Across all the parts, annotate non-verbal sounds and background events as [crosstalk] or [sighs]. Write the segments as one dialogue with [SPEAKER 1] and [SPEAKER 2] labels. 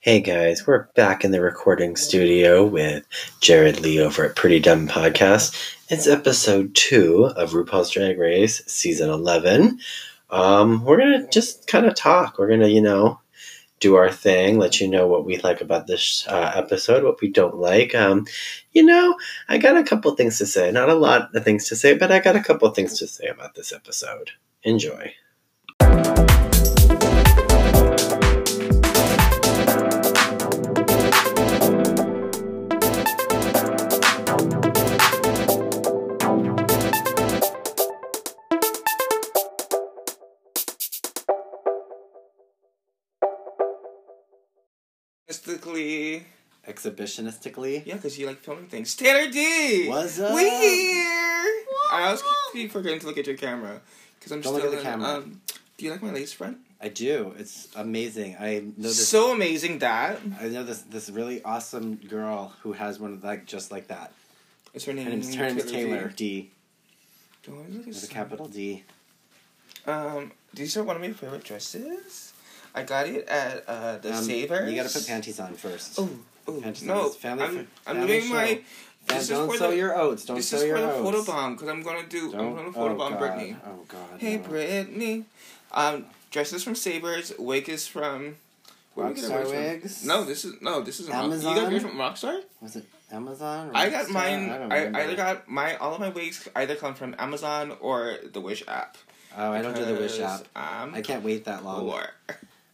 [SPEAKER 1] Hey guys, we're back in the recording studio with Jared Lee over at Pretty Dumb Podcast. It's episode two of RuPaul's Drag Race, season 11. Um, we're going to just kind of talk. We're going to, you know, do our thing, let you know what we like about this uh, episode, what we don't like. Um, you know, I got a couple things to say. Not a lot of things to say, but I got a couple things to say about this episode. Enjoy.
[SPEAKER 2] Realistically,
[SPEAKER 1] Exhibitionistically?
[SPEAKER 2] yeah, because you like filming things. Taylor D!
[SPEAKER 1] What's up?
[SPEAKER 2] We here! I was keep forgetting to look at your camera. Because I'm
[SPEAKER 1] Don't
[SPEAKER 2] still
[SPEAKER 1] look at the
[SPEAKER 2] in-
[SPEAKER 1] camera.
[SPEAKER 2] Um, do you like my lace front?
[SPEAKER 1] I do. It's amazing. I know this.
[SPEAKER 2] So amazing that.
[SPEAKER 1] I know this this really awesome girl who has one of like just like that.
[SPEAKER 2] Is her name?
[SPEAKER 1] Her name's, her name's Taylor D
[SPEAKER 2] D? Don't look at
[SPEAKER 1] with a
[SPEAKER 2] some-
[SPEAKER 1] capital D.
[SPEAKER 2] Um, these are one of my favorite dresses. I got it at uh, the
[SPEAKER 1] Um,
[SPEAKER 2] Savers.
[SPEAKER 1] You gotta put panties on first.
[SPEAKER 2] Oh, oh
[SPEAKER 1] Panties on.
[SPEAKER 2] no!
[SPEAKER 1] It's family
[SPEAKER 2] I'm,
[SPEAKER 1] fr-
[SPEAKER 2] I'm
[SPEAKER 1] family
[SPEAKER 2] doing my.
[SPEAKER 1] And
[SPEAKER 2] This is
[SPEAKER 1] don't
[SPEAKER 2] for
[SPEAKER 1] sow
[SPEAKER 2] the-
[SPEAKER 1] your oats. Don't
[SPEAKER 2] this
[SPEAKER 1] sow
[SPEAKER 2] is for
[SPEAKER 1] your
[SPEAKER 2] the
[SPEAKER 1] oats.
[SPEAKER 2] photobomb because I'm gonna do. I'm gonna
[SPEAKER 1] Don't
[SPEAKER 2] photobomb
[SPEAKER 1] oh, God.
[SPEAKER 2] Brittany.
[SPEAKER 1] Oh God.
[SPEAKER 2] Hey,
[SPEAKER 1] no.
[SPEAKER 2] Brittany. Um, dress is from Sabers. Wig is from. where did we get our
[SPEAKER 1] Rockstar
[SPEAKER 2] wigs from?
[SPEAKER 1] wigs?
[SPEAKER 2] No, this is no. This is Rock- You got
[SPEAKER 1] Amazon?
[SPEAKER 2] yours from Rockstar.
[SPEAKER 1] Was it Amazon?
[SPEAKER 2] I got
[SPEAKER 1] Rockstar?
[SPEAKER 2] mine.
[SPEAKER 1] don't
[SPEAKER 2] I, I either
[SPEAKER 1] remember.
[SPEAKER 2] got my all of my wigs either come from Amazon or the Wish app.
[SPEAKER 1] Oh, I don't do the Wish app.
[SPEAKER 2] Because I'm
[SPEAKER 1] I can't wait that long.
[SPEAKER 2] poor.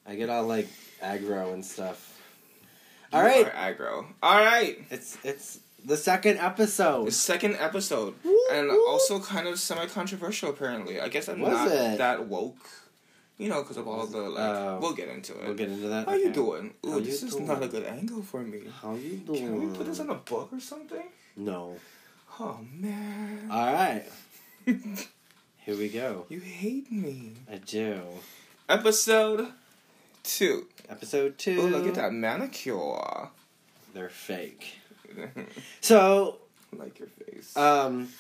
[SPEAKER 1] I get all like aggro and stuff. All
[SPEAKER 2] You
[SPEAKER 1] right,
[SPEAKER 2] are aggro. All right.
[SPEAKER 1] it's it's the second
[SPEAKER 2] The
[SPEAKER 1] episode.
[SPEAKER 2] second episode,
[SPEAKER 1] Woo,
[SPEAKER 2] and
[SPEAKER 1] woo.
[SPEAKER 2] also kind of semi-controversial. Apparently, I guess I'm
[SPEAKER 1] Was
[SPEAKER 2] not
[SPEAKER 1] it?
[SPEAKER 2] that woke. You know, because of all the like.
[SPEAKER 1] Oh.
[SPEAKER 2] we'll get into it.
[SPEAKER 1] We'll get into that.
[SPEAKER 2] How you
[SPEAKER 1] Okay.
[SPEAKER 2] doing? Ooh,
[SPEAKER 1] How you
[SPEAKER 2] this is
[SPEAKER 1] doing?
[SPEAKER 2] not a good angle for me.
[SPEAKER 1] How you doing?
[SPEAKER 2] Can we put this in a book or something?
[SPEAKER 1] No.
[SPEAKER 2] Oh man,
[SPEAKER 1] All
[SPEAKER 2] [laughs]
[SPEAKER 1] right. Here we go.
[SPEAKER 2] you hate me.
[SPEAKER 1] I do.
[SPEAKER 2] Episode two.
[SPEAKER 1] Episode two.
[SPEAKER 2] Ooh, Oh, look at that manicure. [laughs]
[SPEAKER 1] They're fake. So,
[SPEAKER 2] like your face.
[SPEAKER 1] um,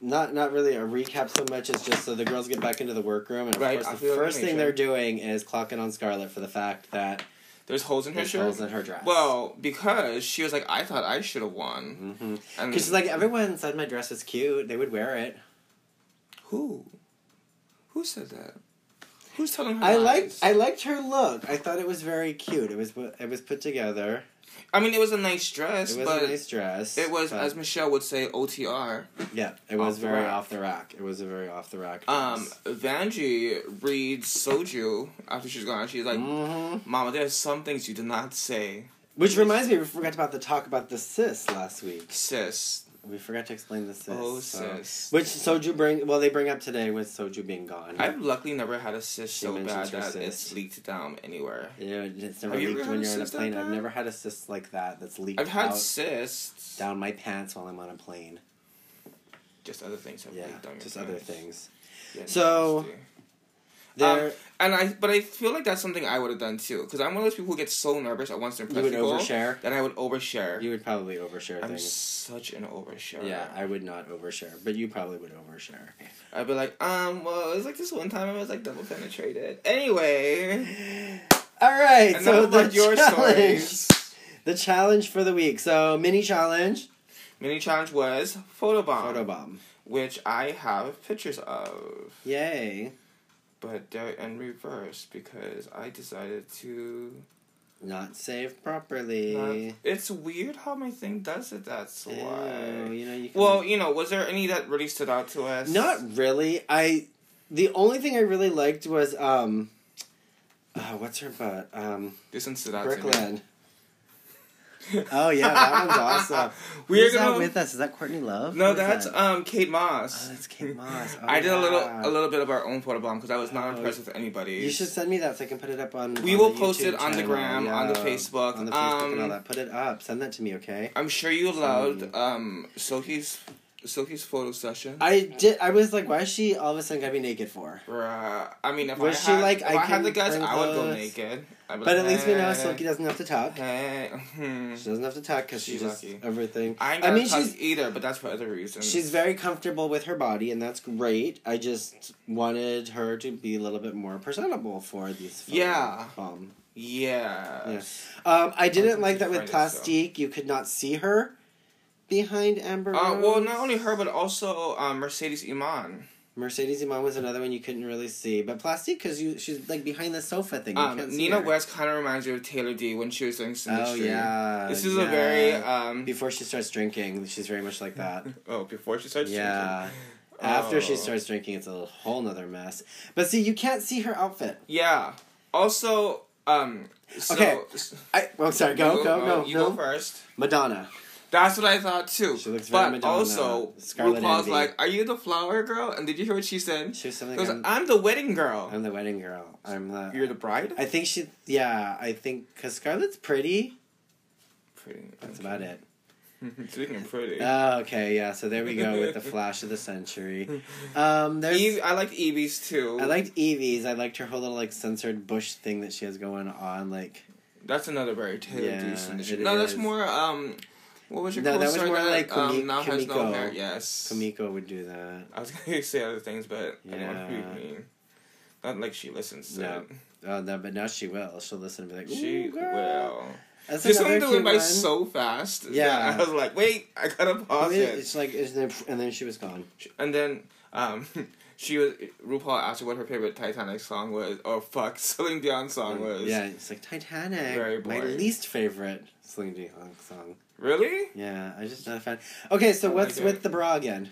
[SPEAKER 1] not not really a recap so much as just so the girls get back into the workroom, and of
[SPEAKER 2] Right,
[SPEAKER 1] course
[SPEAKER 2] after
[SPEAKER 1] the
[SPEAKER 2] the
[SPEAKER 1] first thing
[SPEAKER 2] elimination.
[SPEAKER 1] they're doing is clocking on Scarlett for the fact that
[SPEAKER 2] There's holes in her
[SPEAKER 1] there's
[SPEAKER 2] shirt.
[SPEAKER 1] holes in her dress.
[SPEAKER 2] Well, because she was like, I thought I should have won.
[SPEAKER 1] Mhm.
[SPEAKER 2] And
[SPEAKER 1] Because like everyone said, my dress is cute. They would wear it.
[SPEAKER 2] who? Who said that? Who's telling her?
[SPEAKER 1] I liked
[SPEAKER 2] lies?
[SPEAKER 1] I liked her look. I thought it was very cute. It was it was put together.
[SPEAKER 2] I mean, it was a nice dress,
[SPEAKER 1] It was
[SPEAKER 2] but
[SPEAKER 1] a nice dress.
[SPEAKER 2] it was,
[SPEAKER 1] but-
[SPEAKER 2] as Michelle would say, OTR.
[SPEAKER 1] yeah. It
[SPEAKER 2] off
[SPEAKER 1] was
[SPEAKER 2] the
[SPEAKER 1] very
[SPEAKER 2] rack.
[SPEAKER 1] off the rack. It was a very off the rack.
[SPEAKER 2] Um, Vanjie reads Soju after she's gone. She's like,
[SPEAKER 1] hmm
[SPEAKER 2] Mama, there's some things you did not say,
[SPEAKER 1] Which reminds me, we forgot about the talk about the sis last week.
[SPEAKER 2] sis.
[SPEAKER 1] We forgot to explain the sis.
[SPEAKER 2] oh,
[SPEAKER 1] so-
[SPEAKER 2] sis.
[SPEAKER 1] Which Soju bring? Well, they bring up today with Soju being gone.
[SPEAKER 2] I've luckily never had a sis
[SPEAKER 1] She
[SPEAKER 2] so bad
[SPEAKER 1] mentions her
[SPEAKER 2] that
[SPEAKER 1] sis.
[SPEAKER 2] it's leaked down anywhere.
[SPEAKER 1] you know, it's never
[SPEAKER 2] Have you
[SPEAKER 1] leaked
[SPEAKER 2] ever
[SPEAKER 1] when
[SPEAKER 2] had a
[SPEAKER 1] you're on a
[SPEAKER 2] sis like
[SPEAKER 1] plane. I've
[SPEAKER 2] that?
[SPEAKER 1] never had a sis like that. That's leaked
[SPEAKER 2] I've had
[SPEAKER 1] out
[SPEAKER 2] cysts.
[SPEAKER 1] down my pants while I'm on a plane.
[SPEAKER 2] Just other things have
[SPEAKER 1] Yeah,
[SPEAKER 2] leaked down your
[SPEAKER 1] just other
[SPEAKER 2] pants.
[SPEAKER 1] things.
[SPEAKER 2] Yeah,
[SPEAKER 1] So-
[SPEAKER 2] nasty. Um,
[SPEAKER 1] There,
[SPEAKER 2] and I, but I feel like that's something I would have done too, because I'm one of those people who gets so nervous I want to
[SPEAKER 1] you
[SPEAKER 2] impress
[SPEAKER 1] would
[SPEAKER 2] people,
[SPEAKER 1] overshare.
[SPEAKER 2] then I would overshare.
[SPEAKER 1] You would probably overshare
[SPEAKER 2] I'm
[SPEAKER 1] things.
[SPEAKER 2] such an overshare.
[SPEAKER 1] Yeah, I would not overshare, but you probably would overshare.
[SPEAKER 2] I'd be like, um, well, it was like this one time I was like double penetrated. Anyway,
[SPEAKER 1] [laughs] All right,
[SPEAKER 2] and
[SPEAKER 1] so
[SPEAKER 2] so
[SPEAKER 1] the
[SPEAKER 2] about your
[SPEAKER 1] challenge,
[SPEAKER 2] stories.
[SPEAKER 1] [laughs] the challenge for the week. So mini challenge,
[SPEAKER 2] Mini challenge was photobomb,
[SPEAKER 1] photobomb.
[SPEAKER 2] which I have pictures of,
[SPEAKER 1] Yay!
[SPEAKER 2] but they're in reverse because I decided to.
[SPEAKER 1] Not saved properly.
[SPEAKER 2] not- It's weird how my thing does it. That's why.
[SPEAKER 1] Ew, you know you. Can,
[SPEAKER 2] Well, you know, was there any that really stood out to us?
[SPEAKER 1] not really. I the only thing I really liked was um, uh, what's her butt? Um,
[SPEAKER 2] This one stood out to me.
[SPEAKER 1] Brooklyn. Oh yeah, that
[SPEAKER 2] [laughs]
[SPEAKER 1] one's awesome.
[SPEAKER 2] We are
[SPEAKER 1] Who's
[SPEAKER 2] gonna.
[SPEAKER 1] that with us? Is that Courtney Love?
[SPEAKER 2] no,
[SPEAKER 1] Who is
[SPEAKER 2] that's
[SPEAKER 1] that?
[SPEAKER 2] um Kate Moss.
[SPEAKER 1] Oh, that's
[SPEAKER 2] [laughs]
[SPEAKER 1] Kate Moss. Oh,
[SPEAKER 2] I did a little
[SPEAKER 1] yeah.
[SPEAKER 2] a little bit of our own photobomb because I was not
[SPEAKER 1] Oh,
[SPEAKER 2] impressed with anybody.
[SPEAKER 1] You should send me that so I can put it up on.
[SPEAKER 2] We
[SPEAKER 1] on
[SPEAKER 2] will
[SPEAKER 1] the
[SPEAKER 2] post it
[SPEAKER 1] YouTube
[SPEAKER 2] on the
[SPEAKER 1] channel,
[SPEAKER 2] gram, on the Facebook,
[SPEAKER 1] on the Facebook
[SPEAKER 2] um,
[SPEAKER 1] and all that. Put it up. Send that to me, okay?
[SPEAKER 2] I'm sure you loved um Soki's Soki's photo session. I,
[SPEAKER 1] I did. I was like, why is she all of a sudden gonna be naked for?
[SPEAKER 2] Bruh. I mean, if
[SPEAKER 1] Was
[SPEAKER 2] I
[SPEAKER 1] she
[SPEAKER 2] had,
[SPEAKER 1] like,
[SPEAKER 2] if
[SPEAKER 1] I
[SPEAKER 2] I, had
[SPEAKER 1] can
[SPEAKER 2] the guts,
[SPEAKER 1] bring
[SPEAKER 2] I would go
[SPEAKER 1] clothes?
[SPEAKER 2] naked. I'd be
[SPEAKER 1] But
[SPEAKER 2] like,
[SPEAKER 1] at least we know
[SPEAKER 2] "Hey,
[SPEAKER 1] Silky doesn't have to talk.
[SPEAKER 2] Hey, hmm.
[SPEAKER 1] She doesn't have to talk because she
[SPEAKER 2] She's
[SPEAKER 1] just
[SPEAKER 2] lucky.
[SPEAKER 1] everything.
[SPEAKER 2] I ain't
[SPEAKER 1] I,
[SPEAKER 2] got
[SPEAKER 1] mean,
[SPEAKER 2] touch
[SPEAKER 1] she's
[SPEAKER 2] either, but that's for other reasons.
[SPEAKER 1] she's very comfortable with her body, and that's great. I just wanted her to be a little bit more presentable for these.
[SPEAKER 2] Yeah.
[SPEAKER 1] Um,
[SPEAKER 2] Yeah.
[SPEAKER 1] Um, I
[SPEAKER 2] That's
[SPEAKER 1] didn't like that with
[SPEAKER 2] different, so.
[SPEAKER 1] Plastique. You could not see her behind Amber.
[SPEAKER 2] Uh, well,
[SPEAKER 1] Rose.
[SPEAKER 2] not only her, but also um, Mercedes Iman.
[SPEAKER 1] Mercedes Iman was another one you couldn't really see, but Plastique because you she's like behind the sofa thing. You
[SPEAKER 2] Um,
[SPEAKER 1] can't see
[SPEAKER 2] Nina
[SPEAKER 1] her.
[SPEAKER 2] West kind of reminds you of Taylor D when she was doing
[SPEAKER 1] Oh
[SPEAKER 2] Sinistry.
[SPEAKER 1] yeah.
[SPEAKER 2] This is
[SPEAKER 1] yeah.
[SPEAKER 2] a very um
[SPEAKER 1] Before she starts drinking, she's very much like
[SPEAKER 2] [laughs]
[SPEAKER 1] that.
[SPEAKER 2] oh before she starts
[SPEAKER 1] yeah.
[SPEAKER 2] drinking.
[SPEAKER 1] After she
[SPEAKER 2] Oh.
[SPEAKER 1] starts drinking, it's a whole nother mess. But see, you can't see her outfit.
[SPEAKER 2] yeah also um so,
[SPEAKER 1] Okay, I, oh, sorry. Go, go,
[SPEAKER 2] you-
[SPEAKER 1] go.
[SPEAKER 2] oh, you
[SPEAKER 1] no.
[SPEAKER 2] go first
[SPEAKER 1] Madonna.
[SPEAKER 2] that's what I thought too
[SPEAKER 1] She looks very uh,
[SPEAKER 2] but
[SPEAKER 1] Madonna,
[SPEAKER 2] also
[SPEAKER 1] Scarlet
[SPEAKER 2] RuPaul's
[SPEAKER 1] Envy.
[SPEAKER 2] like are you the flower girl and did you hear what she said
[SPEAKER 1] She was something.
[SPEAKER 2] Because
[SPEAKER 1] I'm,
[SPEAKER 2] I'm the wedding girl
[SPEAKER 1] I'm the wedding girl. I'm the.
[SPEAKER 2] [laughs] you're the bride
[SPEAKER 1] I think she. Yeah, I think because Scarlett's pretty.
[SPEAKER 2] pretty
[SPEAKER 1] That's about
[SPEAKER 2] [laughs]
[SPEAKER 1] it.
[SPEAKER 2] speaking of pretty
[SPEAKER 1] Oh, okay, yeah. So there we go with the flash of the
[SPEAKER 2] [laughs]
[SPEAKER 1] century. Um, there's.
[SPEAKER 2] Eve, I liked Evie's too
[SPEAKER 1] I liked Evie's. I liked her whole little like censored bush thing that she has going on. Like
[SPEAKER 2] That's another very Taylor
[SPEAKER 1] Yeah,
[SPEAKER 2] D
[SPEAKER 1] it
[SPEAKER 2] solution. No, that's
[SPEAKER 1] is.
[SPEAKER 2] more um what was your
[SPEAKER 1] No, that was
[SPEAKER 2] co-star
[SPEAKER 1] more like Kami-
[SPEAKER 2] um, now has no
[SPEAKER 1] Kamiko.
[SPEAKER 2] hair. Yes.
[SPEAKER 1] Kamiko would do that.
[SPEAKER 2] I was gonna [laughs] say other things but I don't want
[SPEAKER 1] Yeah.
[SPEAKER 2] to be mean. Not like she listens to
[SPEAKER 1] No. Oh no, but now she will. She'll listen and be like,
[SPEAKER 2] it.
[SPEAKER 1] Ooh,
[SPEAKER 2] She
[SPEAKER 1] girl.
[SPEAKER 2] will.
[SPEAKER 1] That's
[SPEAKER 2] This
[SPEAKER 1] another
[SPEAKER 2] one went
[SPEAKER 1] cute
[SPEAKER 2] by
[SPEAKER 1] one.
[SPEAKER 2] so fast. that
[SPEAKER 1] Yeah.
[SPEAKER 2] I was like, wait, I gotta
[SPEAKER 1] I
[SPEAKER 2] pause
[SPEAKER 1] mean,
[SPEAKER 2] it.
[SPEAKER 1] It's like, it's like- and then she was gone.
[SPEAKER 2] And then um [laughs] she was RuPaul asked her what her favorite Titanic song was. Oh fuck, [laughs] Celine Dion song was.
[SPEAKER 1] Um, Mm, Yeah, it's like Titanic.
[SPEAKER 2] Very
[SPEAKER 1] my
[SPEAKER 2] boring.
[SPEAKER 1] least favorite Celine Dion song.
[SPEAKER 2] Really?
[SPEAKER 1] Yeah, I just not a fan. Okay, so
[SPEAKER 2] I
[SPEAKER 1] what's
[SPEAKER 2] like
[SPEAKER 1] with
[SPEAKER 2] it.
[SPEAKER 1] the bra again?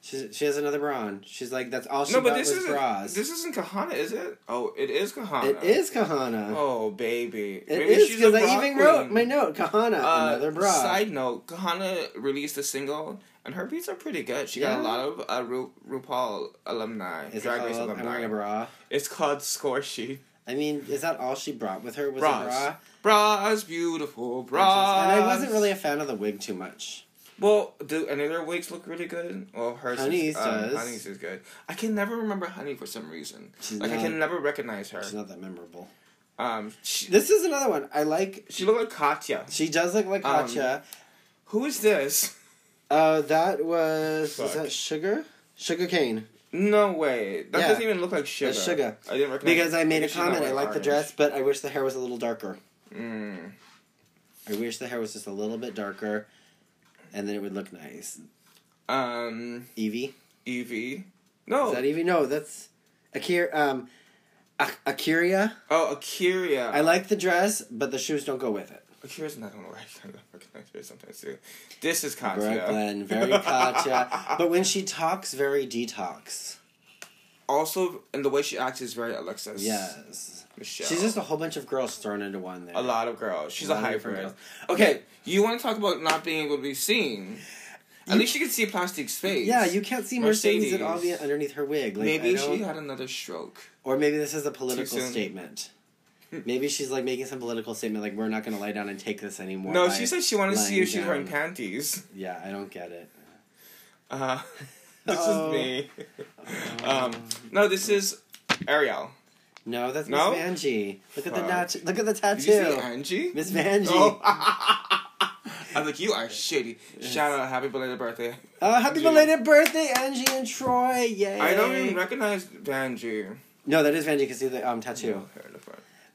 [SPEAKER 1] She's, she has another bra on. She's like, that's all she
[SPEAKER 2] no,
[SPEAKER 1] got
[SPEAKER 2] but this
[SPEAKER 1] was
[SPEAKER 2] isn't
[SPEAKER 1] bras.
[SPEAKER 2] this isn't Kahana, is it? Oh, it is Kahana.
[SPEAKER 1] it is Kahana.
[SPEAKER 2] Oh baby,
[SPEAKER 1] It
[SPEAKER 2] Maybe
[SPEAKER 1] is
[SPEAKER 2] she's
[SPEAKER 1] because
[SPEAKER 2] a
[SPEAKER 1] I
[SPEAKER 2] rock
[SPEAKER 1] even
[SPEAKER 2] queen.
[SPEAKER 1] wrote my note. Kahana,
[SPEAKER 2] Uh,
[SPEAKER 1] another bra.
[SPEAKER 2] Side note: Kahana released a single, and her beats are pretty good. She got
[SPEAKER 1] Yeah.
[SPEAKER 2] a lot of uh, Ru- RuPaul alumni,
[SPEAKER 1] is it
[SPEAKER 2] Drag Race
[SPEAKER 1] called? I'm wearing a
[SPEAKER 2] alumni.
[SPEAKER 1] bra.
[SPEAKER 2] It's called Score Sheet.
[SPEAKER 1] I mean, is that all she brought with her? Was
[SPEAKER 2] Bras.
[SPEAKER 1] a bra?
[SPEAKER 2] Bras, beautiful bras.
[SPEAKER 1] And I wasn't really a fan of the wig too much.
[SPEAKER 2] Well, do any of their wigs look really good? Well, hers
[SPEAKER 1] Honey's
[SPEAKER 2] is, um,
[SPEAKER 1] does.
[SPEAKER 2] Honey's is good. I can never remember Honey for some reason.
[SPEAKER 1] She's
[SPEAKER 2] like I
[SPEAKER 1] not-
[SPEAKER 2] can never recognize her.
[SPEAKER 1] She's not that memorable.
[SPEAKER 2] Um, she,
[SPEAKER 1] This is another one. I like.
[SPEAKER 2] she looked like Katya.
[SPEAKER 1] She does look like
[SPEAKER 2] Um,
[SPEAKER 1] Katya.
[SPEAKER 2] Who is this?
[SPEAKER 1] uh, that was was
[SPEAKER 2] Fuck.
[SPEAKER 1] that sugar? Sugar cane.
[SPEAKER 2] No way. That
[SPEAKER 1] Yeah.
[SPEAKER 2] doesn't even look like sugar.
[SPEAKER 1] That's sugar.
[SPEAKER 2] I didn't recognize
[SPEAKER 1] Because I made a
[SPEAKER 2] Maybe she's not
[SPEAKER 1] comment. I
[SPEAKER 2] wearing
[SPEAKER 1] like the
[SPEAKER 2] orange.
[SPEAKER 1] dress, but I wish the hair was a little darker.
[SPEAKER 2] Mm.
[SPEAKER 1] I wish the hair was just a little bit darker, and then it would look nice.
[SPEAKER 2] Um,
[SPEAKER 1] Evie.
[SPEAKER 2] Evie. No.
[SPEAKER 1] Is that E- Evie? No, that's Akira. Um, A- Akiria.
[SPEAKER 2] oh, Akira.
[SPEAKER 1] I like the dress, but the shoes don't go with it.
[SPEAKER 2] Akira's not gonna wear. [laughs] I don't recognize her sometimes too. This is Katya.
[SPEAKER 1] Brooklyn, very
[SPEAKER 2] [laughs]
[SPEAKER 1] Katya. but when she talks, very detox.
[SPEAKER 2] Also, and the way she acts is very Alexis.
[SPEAKER 1] Yes.
[SPEAKER 2] Michelle.
[SPEAKER 1] She's just a whole bunch of girls thrown into one there.
[SPEAKER 2] a lot of girls. She's
[SPEAKER 1] A
[SPEAKER 2] a,
[SPEAKER 1] lot of different
[SPEAKER 2] hybrid.
[SPEAKER 1] girls. Okay.
[SPEAKER 2] You want to talk about not being able to be seen? At
[SPEAKER 1] You-
[SPEAKER 2] least she could see plastic space.
[SPEAKER 1] Yeah, you can't see Mercedes, at all
[SPEAKER 2] Mercedes.
[SPEAKER 1] the- underneath her wig. Like,
[SPEAKER 2] Maybe
[SPEAKER 1] I don't-
[SPEAKER 2] she had another stroke.
[SPEAKER 1] or maybe this is a political
[SPEAKER 2] soon. Hmm.
[SPEAKER 1] statement. Maybe she's like making some political statement, like we're not going to lie down and take this anymore.
[SPEAKER 2] No,
[SPEAKER 1] by-
[SPEAKER 2] she said she wanted to see
[SPEAKER 1] lying
[SPEAKER 2] if she's wearing
[SPEAKER 1] down.
[SPEAKER 2] panties.
[SPEAKER 1] Yeah, I don't get it.
[SPEAKER 2] [laughs] Uh, this
[SPEAKER 1] Oh.
[SPEAKER 2] is me. um, no, this is Ariel.
[SPEAKER 1] No, that's
[SPEAKER 2] No?
[SPEAKER 1] Miss Vanjie. Look at the
[SPEAKER 2] Fuck.
[SPEAKER 1] nat- Look at the
[SPEAKER 2] Did you see
[SPEAKER 1] tattoo.
[SPEAKER 2] Angie?
[SPEAKER 1] Miss Vanjie.
[SPEAKER 2] Oh. [laughs] I was like, you are shitty. Shout out, happy belated birthday.
[SPEAKER 1] Oh, happy
[SPEAKER 2] Angie.
[SPEAKER 1] belated birthday, Angie and Troy! Yay!
[SPEAKER 2] I don't even recognize Angie.
[SPEAKER 1] No, that is Vanjie. You can see the um, tattoo.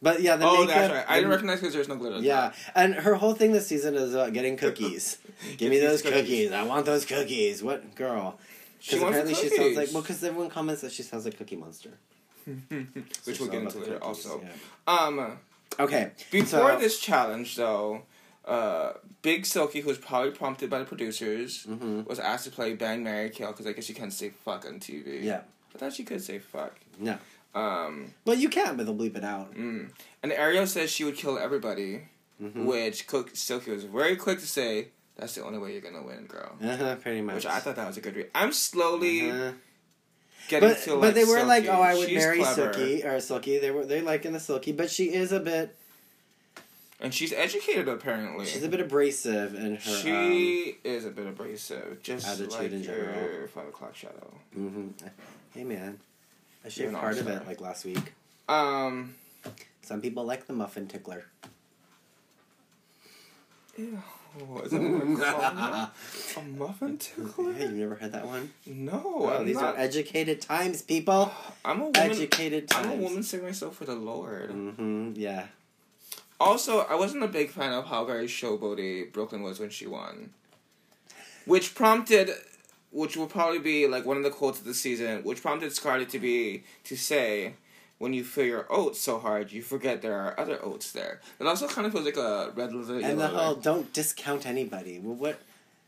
[SPEAKER 1] But yeah, the
[SPEAKER 2] Oh,
[SPEAKER 1] makeup.
[SPEAKER 2] that's right. I didn't
[SPEAKER 1] the-
[SPEAKER 2] recognize because there's no glitter.
[SPEAKER 1] Yeah, and her whole thing this season is about getting
[SPEAKER 2] [laughs]
[SPEAKER 1] cookies. Give me
[SPEAKER 2] Yes,
[SPEAKER 1] those
[SPEAKER 2] these
[SPEAKER 1] cookies.
[SPEAKER 2] cookies.
[SPEAKER 1] I want those cookies. What girl?
[SPEAKER 2] She
[SPEAKER 1] Because
[SPEAKER 2] wants
[SPEAKER 1] apparently
[SPEAKER 2] cookies.
[SPEAKER 1] she sounds like well, because everyone comments that she sounds like Cookie Monster.
[SPEAKER 2] Which
[SPEAKER 1] She's
[SPEAKER 2] we'll
[SPEAKER 1] all
[SPEAKER 2] get
[SPEAKER 1] about
[SPEAKER 2] into
[SPEAKER 1] the
[SPEAKER 2] later
[SPEAKER 1] cookies,
[SPEAKER 2] also.
[SPEAKER 1] yeah.
[SPEAKER 2] Um,
[SPEAKER 1] Okay.
[SPEAKER 2] before
[SPEAKER 1] So-
[SPEAKER 2] this challenge, though, uh, Big Silky, who was probably prompted by the producers,
[SPEAKER 1] Mhm.
[SPEAKER 2] was asked to play Bang Mary Kill because I guess she can't say fuck on TV.
[SPEAKER 1] Yeah.
[SPEAKER 2] I thought she could say fuck.
[SPEAKER 1] No.
[SPEAKER 2] Um,
[SPEAKER 1] Well, you can, but they'll bleep it out.
[SPEAKER 2] mm. And Ariel says she would kill everybody,
[SPEAKER 1] Mhm.
[SPEAKER 2] which Cook Silky was very quick to say, that's the only way you're going to win, girl.
[SPEAKER 1] Uh-huh, pretty much.
[SPEAKER 2] Which I thought that was a good read. I'm slowly
[SPEAKER 1] Uh-huh.
[SPEAKER 2] getting
[SPEAKER 1] But,
[SPEAKER 2] to
[SPEAKER 1] but
[SPEAKER 2] like
[SPEAKER 1] they were like,
[SPEAKER 2] Silky.
[SPEAKER 1] oh, I would
[SPEAKER 2] She's
[SPEAKER 1] marry
[SPEAKER 2] clever,
[SPEAKER 1] Silky or Silky. They were they liking the Silky, but she is a bit
[SPEAKER 2] And she's educated, apparently.
[SPEAKER 1] she's a bit abrasive in her. um,
[SPEAKER 2] Oh, She is a bit abrasive, just
[SPEAKER 1] attitude
[SPEAKER 2] like
[SPEAKER 1] in general.
[SPEAKER 2] your five o'clock shadow.
[SPEAKER 1] hmm Hey man, I shaved
[SPEAKER 2] no,
[SPEAKER 1] part
[SPEAKER 2] I'm
[SPEAKER 1] of it
[SPEAKER 2] sorry.
[SPEAKER 1] like last week.
[SPEAKER 2] Um,
[SPEAKER 1] Some people like the muffin tickler.
[SPEAKER 2] Ew. oh, Is that what we're calling
[SPEAKER 1] [laughs]
[SPEAKER 2] it? A muffin
[SPEAKER 1] Hey,
[SPEAKER 2] tickler?
[SPEAKER 1] you never heard that one?
[SPEAKER 2] No,
[SPEAKER 1] Oh,
[SPEAKER 2] I'm
[SPEAKER 1] these
[SPEAKER 2] not.
[SPEAKER 1] are educated times, people.
[SPEAKER 2] I'm a woman.
[SPEAKER 1] Educated times.
[SPEAKER 2] I'm a woman saving myself for the Lord.
[SPEAKER 1] hmm yeah.
[SPEAKER 2] Also, I wasn't a big fan of how very showboaty Brooklyn was when she won, which prompted, which will probably be like one of the quotes of the season, which prompted Scarlett to be to say, "When you fill your oats so hard, you forget there are other oats there." It also kind of feels like a red leather.
[SPEAKER 1] And the
[SPEAKER 2] yellow
[SPEAKER 1] whole
[SPEAKER 2] leather.
[SPEAKER 1] don't discount anybody. Well, what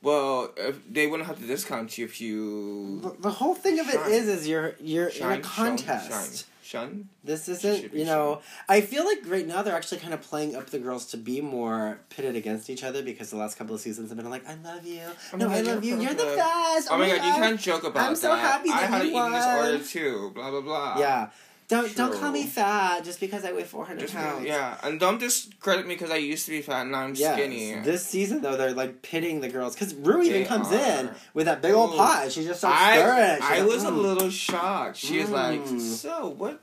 [SPEAKER 2] well, if they wouldn't have to discount you if you
[SPEAKER 1] the whole thing of it
[SPEAKER 2] Shine.
[SPEAKER 1] is is you're you're in a contest.
[SPEAKER 2] Shun, shun.
[SPEAKER 1] This
[SPEAKER 2] should
[SPEAKER 1] isn't,
[SPEAKER 2] be
[SPEAKER 1] you know. I feel like right now they're actually kind of playing up the girls to be more pitted against each other because the last couple of seasons have been like, "I love you,
[SPEAKER 2] Oh
[SPEAKER 1] no,
[SPEAKER 2] my
[SPEAKER 1] I
[SPEAKER 2] God,
[SPEAKER 1] love you,
[SPEAKER 2] you're
[SPEAKER 1] you're the
[SPEAKER 2] perfect.
[SPEAKER 1] best."
[SPEAKER 2] Oh my god, you can't joke about that.
[SPEAKER 1] I'm so happy
[SPEAKER 2] I
[SPEAKER 1] that
[SPEAKER 2] had
[SPEAKER 1] you
[SPEAKER 2] to eat in this
[SPEAKER 1] won.
[SPEAKER 2] order too. Blah blah blah.
[SPEAKER 1] Yeah, don't don't
[SPEAKER 2] Sure.
[SPEAKER 1] call me fat just because I weigh four hundred
[SPEAKER 2] Just-
[SPEAKER 1] pounds.
[SPEAKER 2] yeah, and don't discredit me because I used to be fat and now I'm
[SPEAKER 1] Yes.
[SPEAKER 2] skinny.
[SPEAKER 1] This season though, they're like pitting the girls because Rue even
[SPEAKER 2] They
[SPEAKER 1] comes in
[SPEAKER 2] are.
[SPEAKER 1] with that big old
[SPEAKER 2] Ooh.
[SPEAKER 1] pot. and She just starts
[SPEAKER 2] I,
[SPEAKER 1] stirring.
[SPEAKER 2] I
[SPEAKER 1] She's
[SPEAKER 2] was a
[SPEAKER 1] like, "Mm."
[SPEAKER 2] little shocked. She is like,
[SPEAKER 1] Mm.
[SPEAKER 2] so what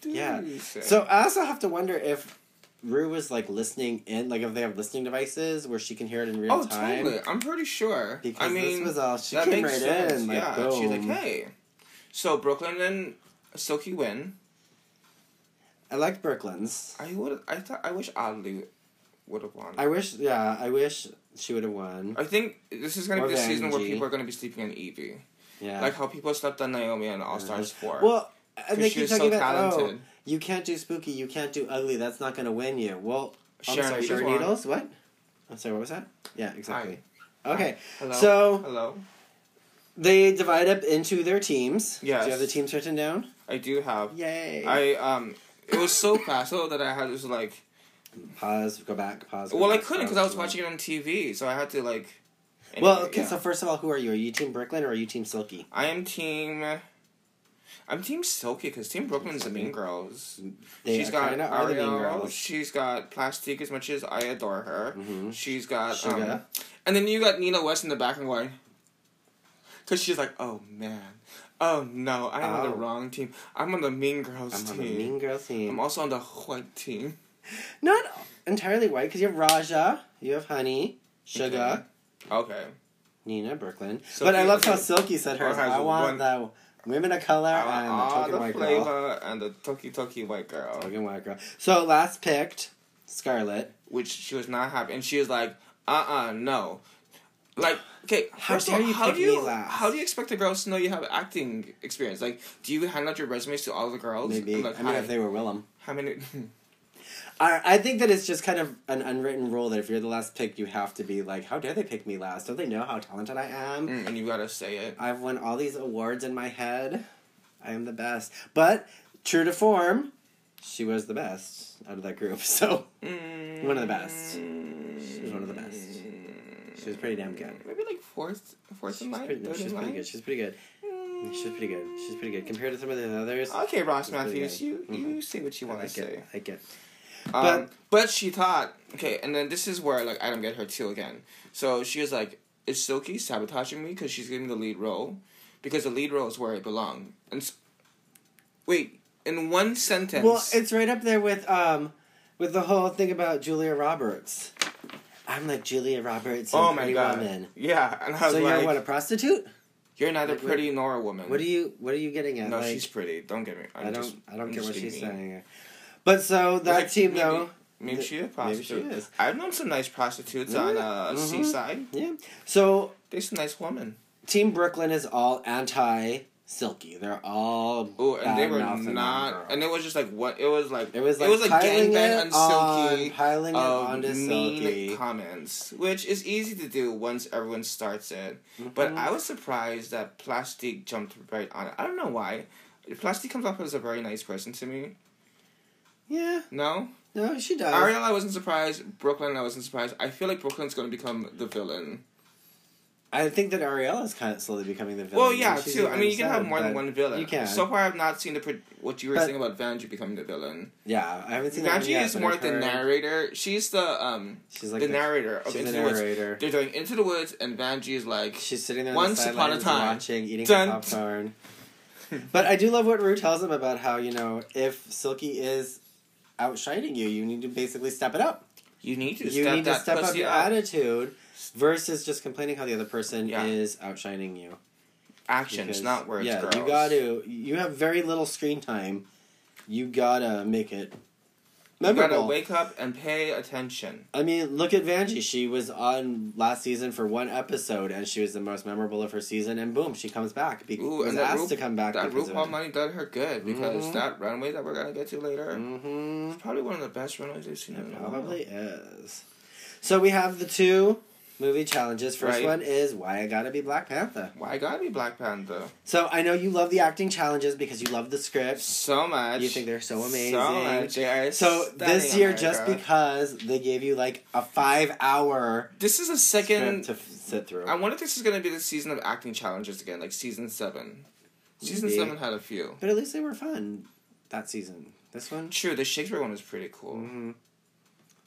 [SPEAKER 2] do
[SPEAKER 1] Yeah.
[SPEAKER 2] you say?
[SPEAKER 1] So I also have to wonder if Rue was like listening in, like if they have listening devices where she can hear it in real
[SPEAKER 2] oh,
[SPEAKER 1] time.
[SPEAKER 2] totally. I'm pretty sure.
[SPEAKER 1] Because
[SPEAKER 2] I mean,
[SPEAKER 1] this was all she
[SPEAKER 2] that
[SPEAKER 1] came
[SPEAKER 2] makes
[SPEAKER 1] right
[SPEAKER 2] sense.
[SPEAKER 1] in. Like,
[SPEAKER 2] yeah, she's like,
[SPEAKER 1] boom.
[SPEAKER 2] hey. So Brooklyn and Silky win.
[SPEAKER 1] I like Brooklyn's.
[SPEAKER 2] I would. I thought. I wish Audley would have won.
[SPEAKER 1] I wish, yeah, I wish she would have won.
[SPEAKER 2] I think this is gonna
[SPEAKER 1] Or
[SPEAKER 2] be the season where
[SPEAKER 1] Vanjie.
[SPEAKER 2] people are gonna be sleeping on Evie,
[SPEAKER 1] Yeah. Uh-huh.
[SPEAKER 2] like how people slept on Naomi on All Stars Four.
[SPEAKER 1] well, and they
[SPEAKER 2] because she
[SPEAKER 1] keep
[SPEAKER 2] was
[SPEAKER 1] talking
[SPEAKER 2] so
[SPEAKER 1] about,
[SPEAKER 2] talented.
[SPEAKER 1] oh, you can't do spooky, you can't do ugly. That's not going to win you. Well, oh, I'm
[SPEAKER 2] Sharon
[SPEAKER 1] sorry,
[SPEAKER 2] Needles
[SPEAKER 1] Sharon
[SPEAKER 2] won.
[SPEAKER 1] Needles. What? I'm sorry. What was that? Yeah, exactly. Okay,
[SPEAKER 2] Hello.
[SPEAKER 1] so
[SPEAKER 2] Hello.
[SPEAKER 1] they divide up into their teams. Yeah. Do
[SPEAKER 2] Yes.
[SPEAKER 1] you have the teams written down?
[SPEAKER 2] I do have.
[SPEAKER 1] Yay!
[SPEAKER 2] I um. It was so fast though that I had to like.
[SPEAKER 1] Pause. Go back. Pause. go
[SPEAKER 2] Well, I
[SPEAKER 1] back,
[SPEAKER 2] couldn't
[SPEAKER 1] pause,
[SPEAKER 2] because I was
[SPEAKER 1] go back.
[SPEAKER 2] watching it on TV, so I had to like.
[SPEAKER 1] Well, uh,
[SPEAKER 2] anyway,
[SPEAKER 1] okay.
[SPEAKER 2] yeah.
[SPEAKER 1] So first of all, who are you? Are you Team Brooklyn or are you Team Silky?
[SPEAKER 2] I am team. I'm team Silky because Team Brooklyn's the mean girls.
[SPEAKER 1] They
[SPEAKER 2] she's got
[SPEAKER 1] kinda are the mean
[SPEAKER 2] Ariel.
[SPEAKER 1] girls.
[SPEAKER 2] She's got Plastique as much as I adore her.
[SPEAKER 1] Mhm.
[SPEAKER 2] She's got um,
[SPEAKER 1] Sugar.
[SPEAKER 2] and then you got Nina West in the back and going. Cause she's like, oh man, oh no, I'm on
[SPEAKER 1] Oh.
[SPEAKER 2] the wrong team. I'm on the mean girls
[SPEAKER 1] I'm on
[SPEAKER 2] team.
[SPEAKER 1] the mean girl
[SPEAKER 2] I'm
[SPEAKER 1] team.
[SPEAKER 2] also on the white team.
[SPEAKER 1] Not entirely white because you have Raja, you have Honey, Sugar,
[SPEAKER 2] Okay.
[SPEAKER 1] Nina, Brooklyn.
[SPEAKER 2] Silky
[SPEAKER 1] but I love how
[SPEAKER 2] has-
[SPEAKER 1] Silky said hers.
[SPEAKER 2] or has
[SPEAKER 1] I want
[SPEAKER 2] one-
[SPEAKER 1] the women of color
[SPEAKER 2] I want all
[SPEAKER 1] and the token
[SPEAKER 2] the
[SPEAKER 1] white
[SPEAKER 2] flavor
[SPEAKER 1] girl.
[SPEAKER 2] and the toki toki white girl,
[SPEAKER 1] Token white girl. So last picked Scarlet.
[SPEAKER 2] which she was not happy, and she was like, uh uh no, like okay.
[SPEAKER 1] How
[SPEAKER 2] first of
[SPEAKER 1] dare
[SPEAKER 2] all,
[SPEAKER 1] you
[SPEAKER 2] how
[SPEAKER 1] pick
[SPEAKER 2] do
[SPEAKER 1] me
[SPEAKER 2] you
[SPEAKER 1] last?
[SPEAKER 2] how do you expect the girls to know you have acting experience? Like, do you hand out your resumes to all the girls?
[SPEAKER 1] Maybe
[SPEAKER 2] I'm like,
[SPEAKER 1] I mean
[SPEAKER 2] Oh, "Hi,
[SPEAKER 1] if they were Willem.
[SPEAKER 2] how many? [laughs] mm,
[SPEAKER 1] I, I think that it's just kind of an unwritten rule that if you're the last pick, you have to be like, how dare they pick me last? Don't they know how talented I am?
[SPEAKER 2] Mm, and you gotta say it.
[SPEAKER 1] I've won all these awards in my head. I am the best. But true to form, she was the best out of that group. [laughs] So
[SPEAKER 2] Mm,
[SPEAKER 1] one of the best. She was one of the best. She was pretty damn good.
[SPEAKER 2] Maybe like fourth, fourth in
[SPEAKER 1] She's
[SPEAKER 2] line.
[SPEAKER 1] pretty, no,
[SPEAKER 2] third
[SPEAKER 1] she's
[SPEAKER 2] in
[SPEAKER 1] pretty
[SPEAKER 2] line?
[SPEAKER 1] good. She's pretty good.
[SPEAKER 2] Mm.
[SPEAKER 1] She's pretty good. She's pretty good compared to some of the others. I
[SPEAKER 2] Okay, Ross
[SPEAKER 1] She's pretty
[SPEAKER 2] Matthews,
[SPEAKER 1] good.
[SPEAKER 2] you you say what you want to
[SPEAKER 1] like
[SPEAKER 2] say.
[SPEAKER 1] it. I like it.
[SPEAKER 2] Um,
[SPEAKER 1] But-
[SPEAKER 2] but she thought okay, and then this is where like I don't get her too again. So she was like, "Is Silky sabotaging me because she's giving the lead role? Because the lead role is where it belongs." And s wait, in one sentence,
[SPEAKER 1] Well, it's right up there with um, with the whole thing about Julia Roberts. I'm like Julia Roberts. And
[SPEAKER 2] oh my
[SPEAKER 1] Pretty
[SPEAKER 2] god,
[SPEAKER 1] Woman.
[SPEAKER 2] yeah, and I was
[SPEAKER 1] So
[SPEAKER 2] like,
[SPEAKER 1] you're
[SPEAKER 2] you're,
[SPEAKER 1] what a prostitute?
[SPEAKER 2] neither
[SPEAKER 1] Like, what-
[SPEAKER 2] pretty nor a woman."
[SPEAKER 1] What are you? What are you getting at?
[SPEAKER 2] No,
[SPEAKER 1] like,
[SPEAKER 2] she's pretty. Don't get me. I'm
[SPEAKER 1] I don't.
[SPEAKER 2] just-
[SPEAKER 1] I don't
[SPEAKER 2] I'm
[SPEAKER 1] get
[SPEAKER 2] just
[SPEAKER 1] what
[SPEAKER 2] being
[SPEAKER 1] she's
[SPEAKER 2] mean.
[SPEAKER 1] saying. But so that
[SPEAKER 2] Like,
[SPEAKER 1] team
[SPEAKER 2] maybe-
[SPEAKER 1] though,
[SPEAKER 2] Maybe
[SPEAKER 1] Th-
[SPEAKER 2] she is a
[SPEAKER 1] maybe she
[SPEAKER 2] prostitute.
[SPEAKER 1] is.
[SPEAKER 2] I've known some nice prostitutes on uh,
[SPEAKER 1] Mhm.
[SPEAKER 2] Seaside.
[SPEAKER 1] yeah. So
[SPEAKER 2] They're some nice women.
[SPEAKER 1] Team Brooklyn is all anti Silky. They're all
[SPEAKER 2] Oh, and they were
[SPEAKER 1] bad-mouthing on
[SPEAKER 2] not.
[SPEAKER 1] her.
[SPEAKER 2] And it was just like what it was like.
[SPEAKER 1] It was like piling it
[SPEAKER 2] gangbang on
[SPEAKER 1] on, piling it
[SPEAKER 2] of
[SPEAKER 1] onto
[SPEAKER 2] mean
[SPEAKER 1] Silky.
[SPEAKER 2] comments, which is easy to do once everyone starts it. But
[SPEAKER 1] Mm-hmm.
[SPEAKER 2] I was surprised that Plastic jumped right on it. I don't know why. Plastic comes off as a very nice person to me.
[SPEAKER 1] yeah,
[SPEAKER 2] No,
[SPEAKER 1] no, she does.
[SPEAKER 2] Ariel, I wasn't surprised. Brooklyn, I wasn't surprised. I feel like Brooklyn's going to become the villain.
[SPEAKER 1] I think that Ariel is kind of slowly becoming the villain.
[SPEAKER 2] Well, yeah,
[SPEAKER 1] and she's
[SPEAKER 2] too. I
[SPEAKER 1] even
[SPEAKER 2] mean, you can
[SPEAKER 1] sad,
[SPEAKER 2] have more than
[SPEAKER 1] but
[SPEAKER 2] one villain.
[SPEAKER 1] You can.
[SPEAKER 2] So far, I've not seen the pro- what you were
[SPEAKER 1] But-
[SPEAKER 2] saying about Vanjie becoming the villain.
[SPEAKER 1] Yeah, I haven't seen that. one
[SPEAKER 2] Vanjie
[SPEAKER 1] yet,
[SPEAKER 2] is
[SPEAKER 1] but
[SPEAKER 2] more
[SPEAKER 1] I've
[SPEAKER 2] like the
[SPEAKER 1] heard-
[SPEAKER 2] narrator. She's the um
[SPEAKER 1] She's like
[SPEAKER 2] the,
[SPEAKER 1] the-
[SPEAKER 2] narrator of
[SPEAKER 1] She's
[SPEAKER 2] Into
[SPEAKER 1] the
[SPEAKER 2] the Woods.
[SPEAKER 1] narrator.
[SPEAKER 2] They're doing Into the Woods, and Vanjie is like,
[SPEAKER 1] She's sitting there
[SPEAKER 2] Once
[SPEAKER 1] on the
[SPEAKER 2] upon a
[SPEAKER 1] sidelines
[SPEAKER 2] time.
[SPEAKER 1] watching, eating
[SPEAKER 2] Dun.
[SPEAKER 1] her popcorn. but I do love what Rue tells him about how you know if Silky is outshining you, you need to basically step it up.
[SPEAKER 2] You need to
[SPEAKER 1] You
[SPEAKER 2] step
[SPEAKER 1] need to
[SPEAKER 2] that
[SPEAKER 1] step up
[SPEAKER 2] pussy
[SPEAKER 1] your
[SPEAKER 2] up.
[SPEAKER 1] attitude versus just complaining how the other person
[SPEAKER 2] Yeah.
[SPEAKER 1] is outshining you.
[SPEAKER 2] Actions,
[SPEAKER 1] Because-
[SPEAKER 2] not words,
[SPEAKER 1] Yeah,
[SPEAKER 2] girls.
[SPEAKER 1] you got to. You have very little screen time. You gotta make it
[SPEAKER 2] You
[SPEAKER 1] memorable.
[SPEAKER 2] gotta wake up and pay attention.
[SPEAKER 1] I mean, look at Vanjie. She was on last season for one episode, and she was the most memorable of her season. And boom, she comes back. Be-
[SPEAKER 2] Ooh,
[SPEAKER 1] was
[SPEAKER 2] and that
[SPEAKER 1] asked
[SPEAKER 2] Ru-
[SPEAKER 1] to come back.
[SPEAKER 2] That
[SPEAKER 1] because
[SPEAKER 2] RuPaul money did her good because
[SPEAKER 1] Mhm.
[SPEAKER 2] that runway that we're gonna get to later
[SPEAKER 1] hmm
[SPEAKER 2] is probably one of the best runways I've seen in a while.
[SPEAKER 1] Probably is. So we have the two movie challenges. First
[SPEAKER 2] Right.
[SPEAKER 1] one is why I gotta be Black Panther.
[SPEAKER 2] Why I gotta be Black Panther?
[SPEAKER 1] So I know you love the acting challenges because you love the scripts.
[SPEAKER 2] So much.
[SPEAKER 1] You think they're so amazing.
[SPEAKER 2] So much. They are
[SPEAKER 1] So this
[SPEAKER 2] stunning,
[SPEAKER 1] year,
[SPEAKER 2] America.
[SPEAKER 1] just because they gave you like a five-hour
[SPEAKER 2] this is a
[SPEAKER 1] script
[SPEAKER 2] second.
[SPEAKER 1] to f- sit through,
[SPEAKER 2] I wonder if this is gonna be the season of acting challenges again, like season seven. Season
[SPEAKER 1] Maybe.
[SPEAKER 2] seven had a few.
[SPEAKER 1] but at least they were fun that season. This one,
[SPEAKER 2] True, the Shakespeare one was pretty cool.
[SPEAKER 1] hmm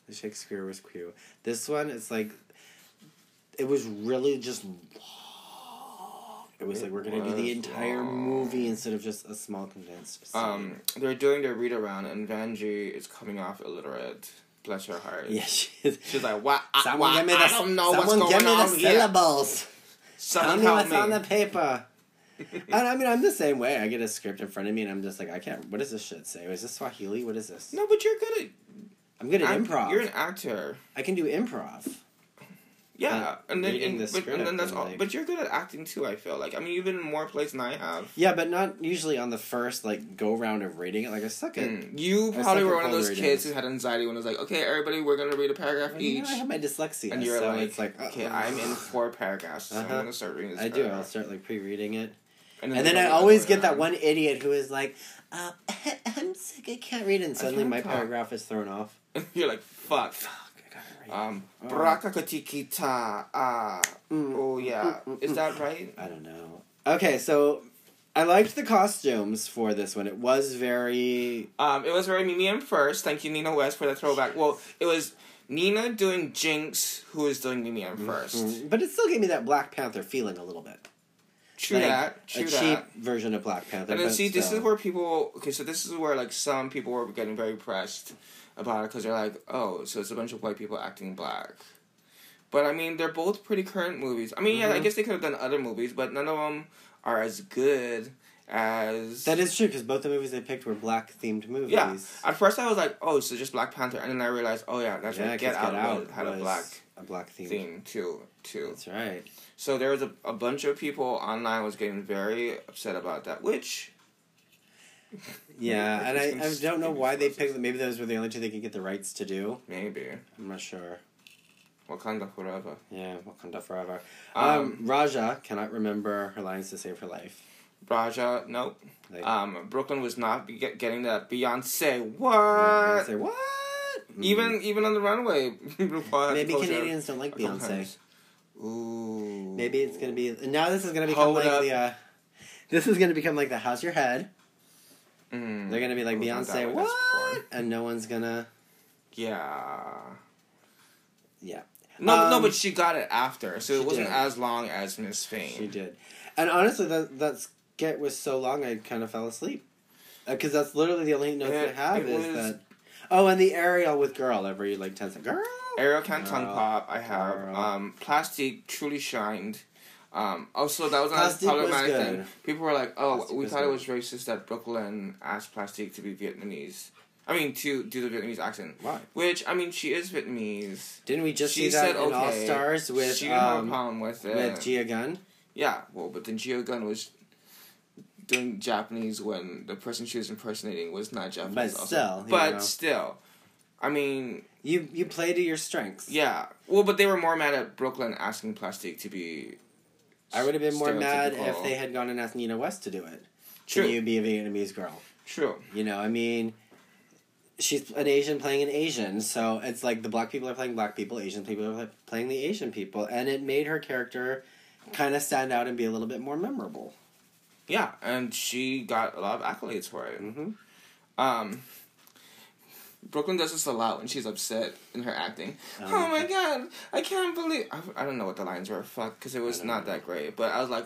[SPEAKER 1] the Shakespeare was cool. This one, it's like it was really just. long. It was like we're gonna do the
[SPEAKER 2] It was
[SPEAKER 1] entire
[SPEAKER 2] long.
[SPEAKER 1] movie instead of just a small condensed. Scene. [laughs]
[SPEAKER 2] Um, they're doing their read around, and Vanjie is coming off illiterate. Bless her heart.
[SPEAKER 1] yeah, she,
[SPEAKER 2] She's like, "What? I,
[SPEAKER 1] someone
[SPEAKER 2] why-
[SPEAKER 1] give me the,
[SPEAKER 2] I don't know what's
[SPEAKER 1] someone
[SPEAKER 2] going
[SPEAKER 1] give me the
[SPEAKER 2] on here.
[SPEAKER 1] syllables. Tell
[SPEAKER 2] Someone
[SPEAKER 1] me what's
[SPEAKER 2] help
[SPEAKER 1] on
[SPEAKER 2] me."
[SPEAKER 1] the
[SPEAKER 2] [laughs]
[SPEAKER 1] paper. and I mean, I'm the same way. I get a script in front of me, and I'm just like, I can't. What does this shit say? Is this Swahili? What is this?
[SPEAKER 2] No, but you're good
[SPEAKER 1] I'm good
[SPEAKER 2] at
[SPEAKER 1] at
[SPEAKER 2] act-
[SPEAKER 1] improv.
[SPEAKER 2] You're an actor.
[SPEAKER 1] I can do improv.
[SPEAKER 2] Yeah,
[SPEAKER 1] But
[SPEAKER 2] and then
[SPEAKER 1] reading
[SPEAKER 2] and,
[SPEAKER 1] the
[SPEAKER 2] but, and
[SPEAKER 1] script
[SPEAKER 2] then that's
[SPEAKER 1] and,
[SPEAKER 2] all.
[SPEAKER 1] like-
[SPEAKER 2] But you're good at acting too. I feel like I mean you've been in more plays than I have.
[SPEAKER 1] Yeah, but not usually on the first like go round of reading it. Like I suck at.
[SPEAKER 2] Mm. You
[SPEAKER 1] I
[SPEAKER 2] probably
[SPEAKER 1] suck
[SPEAKER 2] were
[SPEAKER 1] at
[SPEAKER 2] one of those
[SPEAKER 1] coloring.
[SPEAKER 2] kids who had anxiety when it was like, okay, everybody, we're gonna read a paragraph
[SPEAKER 1] Well, you
[SPEAKER 2] each,
[SPEAKER 1] know, I have my dyslexia,
[SPEAKER 2] and you're
[SPEAKER 1] so
[SPEAKER 2] like,
[SPEAKER 1] it's like
[SPEAKER 2] okay,
[SPEAKER 1] uh-uh. [sighs]
[SPEAKER 2] I'm
[SPEAKER 1] [laughs]
[SPEAKER 2] in four paragraphs, so
[SPEAKER 1] Uh-huh.
[SPEAKER 2] I'm gonna start reading this.
[SPEAKER 1] I do. I'll
[SPEAKER 2] paragraph.
[SPEAKER 1] start like pre-reading it, and
[SPEAKER 2] you
[SPEAKER 1] then
[SPEAKER 2] go
[SPEAKER 1] I
[SPEAKER 2] the other
[SPEAKER 1] always
[SPEAKER 2] way
[SPEAKER 1] get that
[SPEAKER 2] around.
[SPEAKER 1] one idiot who is like, uh, [laughs] "I'm sick. I can't read," it. and suddenly
[SPEAKER 2] can't
[SPEAKER 1] my
[SPEAKER 2] talk.
[SPEAKER 1] paragraph is thrown off.
[SPEAKER 2] [laughs] you're like, fuck.
[SPEAKER 1] Fuck, I gotta read.
[SPEAKER 2] Um,
[SPEAKER 1] Oh.
[SPEAKER 2] brakatikita. Ah,
[SPEAKER 1] Mm.
[SPEAKER 2] oh yeah.
[SPEAKER 1] Mm, mm,
[SPEAKER 2] Is
[SPEAKER 1] mm.
[SPEAKER 2] that right?
[SPEAKER 1] I don't know. Okay, so I liked the costumes for this one. It was very
[SPEAKER 2] Um, it was very Mimian first. Thank you, Nina West, for the throwback. Well, it was Nina doing Jinx, who was doing Mimian
[SPEAKER 1] Mm-hmm.
[SPEAKER 2] 1st
[SPEAKER 1] but it still gave me that Black Panther feeling a little bit.
[SPEAKER 2] True
[SPEAKER 1] Like,
[SPEAKER 2] that. True
[SPEAKER 1] a
[SPEAKER 2] that.
[SPEAKER 1] cheap version of Black Panther.
[SPEAKER 2] And then
[SPEAKER 1] but
[SPEAKER 2] see, this
[SPEAKER 1] still.
[SPEAKER 2] is where people. Okay, so this is where like some people were getting very pressed about it because they're like, oh, so it's a bunch of white people acting black. But I mean, they're both pretty current movies. I mean, yeah, I
[SPEAKER 1] Mhm.
[SPEAKER 2] guess they could have done other movies, but none of them are as good as
[SPEAKER 1] that is true because both the movies they picked were black themed movies.
[SPEAKER 2] Yeah, At first, I was like, oh, so just Black Panther, and then I realized, oh yeah, that's right.
[SPEAKER 1] 'cause
[SPEAKER 2] Get, Out, was- had a
[SPEAKER 1] was
[SPEAKER 2] black
[SPEAKER 1] a black themed.
[SPEAKER 2] theme too, too.
[SPEAKER 1] That's right.
[SPEAKER 2] So there was a, a bunch of people online was getting very upset about that, which
[SPEAKER 1] Yeah,
[SPEAKER 2] Yeah,
[SPEAKER 1] and
[SPEAKER 2] it's
[SPEAKER 1] I, I
[SPEAKER 2] some
[SPEAKER 1] don't know
[SPEAKER 2] stupid
[SPEAKER 1] why they
[SPEAKER 2] process.
[SPEAKER 1] picked. Maybe those were the only two they could get the rights to do.
[SPEAKER 2] maybe
[SPEAKER 1] I'm not sure.
[SPEAKER 2] Wakanda forever.
[SPEAKER 1] Yeah, Wakanda forever.
[SPEAKER 2] Um,
[SPEAKER 1] um, Raja cannot remember her lines to save her life.
[SPEAKER 2] Raja, nope.
[SPEAKER 1] Like,
[SPEAKER 2] Um, Brooklyn was not be- get- getting that Beyonce. What?
[SPEAKER 1] I say what? Mm.
[SPEAKER 2] Even even on the runway, [laughs] RuPaul had to
[SPEAKER 1] Maybe
[SPEAKER 2] close her
[SPEAKER 1] Canadians don't like
[SPEAKER 2] a couple
[SPEAKER 1] Beyonce.
[SPEAKER 2] times. Ooh.
[SPEAKER 1] Maybe it's gonna be and now. This is gonna become
[SPEAKER 2] Hold
[SPEAKER 1] like
[SPEAKER 2] up. Mm-hmm.
[SPEAKER 1] the. Uh, this is gonna become like the how's your head.
[SPEAKER 2] Mm.
[SPEAKER 1] They're gonna be like
[SPEAKER 2] Ooh, not that
[SPEAKER 1] Beyonce
[SPEAKER 2] way, that's
[SPEAKER 1] what,
[SPEAKER 2] porn.
[SPEAKER 1] and no one's gonna.
[SPEAKER 2] Yeah.
[SPEAKER 1] Yeah.
[SPEAKER 2] No, no,
[SPEAKER 1] Um,
[SPEAKER 2] but she got it after, so
[SPEAKER 1] she
[SPEAKER 2] it wasn't
[SPEAKER 1] did.
[SPEAKER 2] as long as Miss Fame.
[SPEAKER 1] She did, and honestly, that that skit was so long I kind of fell asleep, because that's literally the only notes
[SPEAKER 2] It-
[SPEAKER 1] I have
[SPEAKER 2] it
[SPEAKER 1] is
[SPEAKER 2] was-
[SPEAKER 1] that. Oh, and the Ariel with girl every like ten seconds. Girl.
[SPEAKER 2] Ariel can tongue
[SPEAKER 1] Girl.
[SPEAKER 2] pop. I have
[SPEAKER 1] Girl.
[SPEAKER 2] um, plastic truly shined. Um, also, that was another
[SPEAKER 1] Plastic was
[SPEAKER 2] problematic
[SPEAKER 1] good.
[SPEAKER 2] thing. People were like, "Oh,
[SPEAKER 1] Plastic
[SPEAKER 2] we
[SPEAKER 1] was
[SPEAKER 2] thought
[SPEAKER 1] good.
[SPEAKER 2] it was racist that Brooklyn asked Plastic to be Vietnamese. I mean, to do the Vietnamese accent."
[SPEAKER 1] Why
[SPEAKER 2] Which I mean, she is Vietnamese.
[SPEAKER 1] didn't we just
[SPEAKER 2] She
[SPEAKER 1] see that
[SPEAKER 2] said
[SPEAKER 1] in All
[SPEAKER 2] okay.
[SPEAKER 1] Stars with
[SPEAKER 2] she didn't have a
[SPEAKER 1] um,
[SPEAKER 2] problem with it.
[SPEAKER 1] with Gia Gunn?
[SPEAKER 2] yeah, well, but then Gio Gunn was doing Japanese when the person she was impersonating was not Japanese. also.
[SPEAKER 1] still, you
[SPEAKER 2] but
[SPEAKER 1] know.
[SPEAKER 2] still, I mean,
[SPEAKER 1] You you play to your strengths.
[SPEAKER 2] yeah. Well, but they were more mad at Brooklyn asking Plastic to be.
[SPEAKER 1] I would have been more mad if
[SPEAKER 2] stereotypical.
[SPEAKER 1] they had gone and asked Nina West to do it.
[SPEAKER 2] True.
[SPEAKER 1] Can you be a Vietnamese girl?
[SPEAKER 2] True.
[SPEAKER 1] You know, I mean, she's an Asian playing an Asian, so it's like the black people are playing black people, Asian people are pl- playing the Asian people, and it made her character kind of stand out and be a little bit more memorable.
[SPEAKER 2] Yeah, and she got a lot of accolades for it.
[SPEAKER 1] Mm-hmm.
[SPEAKER 2] Um, Brooklyn does this a lot when she's upset in her acting.
[SPEAKER 1] Um,
[SPEAKER 2] oh my god, I can't believe I, I don't know what the lines were. Fuck, because it was
[SPEAKER 1] don't
[SPEAKER 2] not that great. But I was like,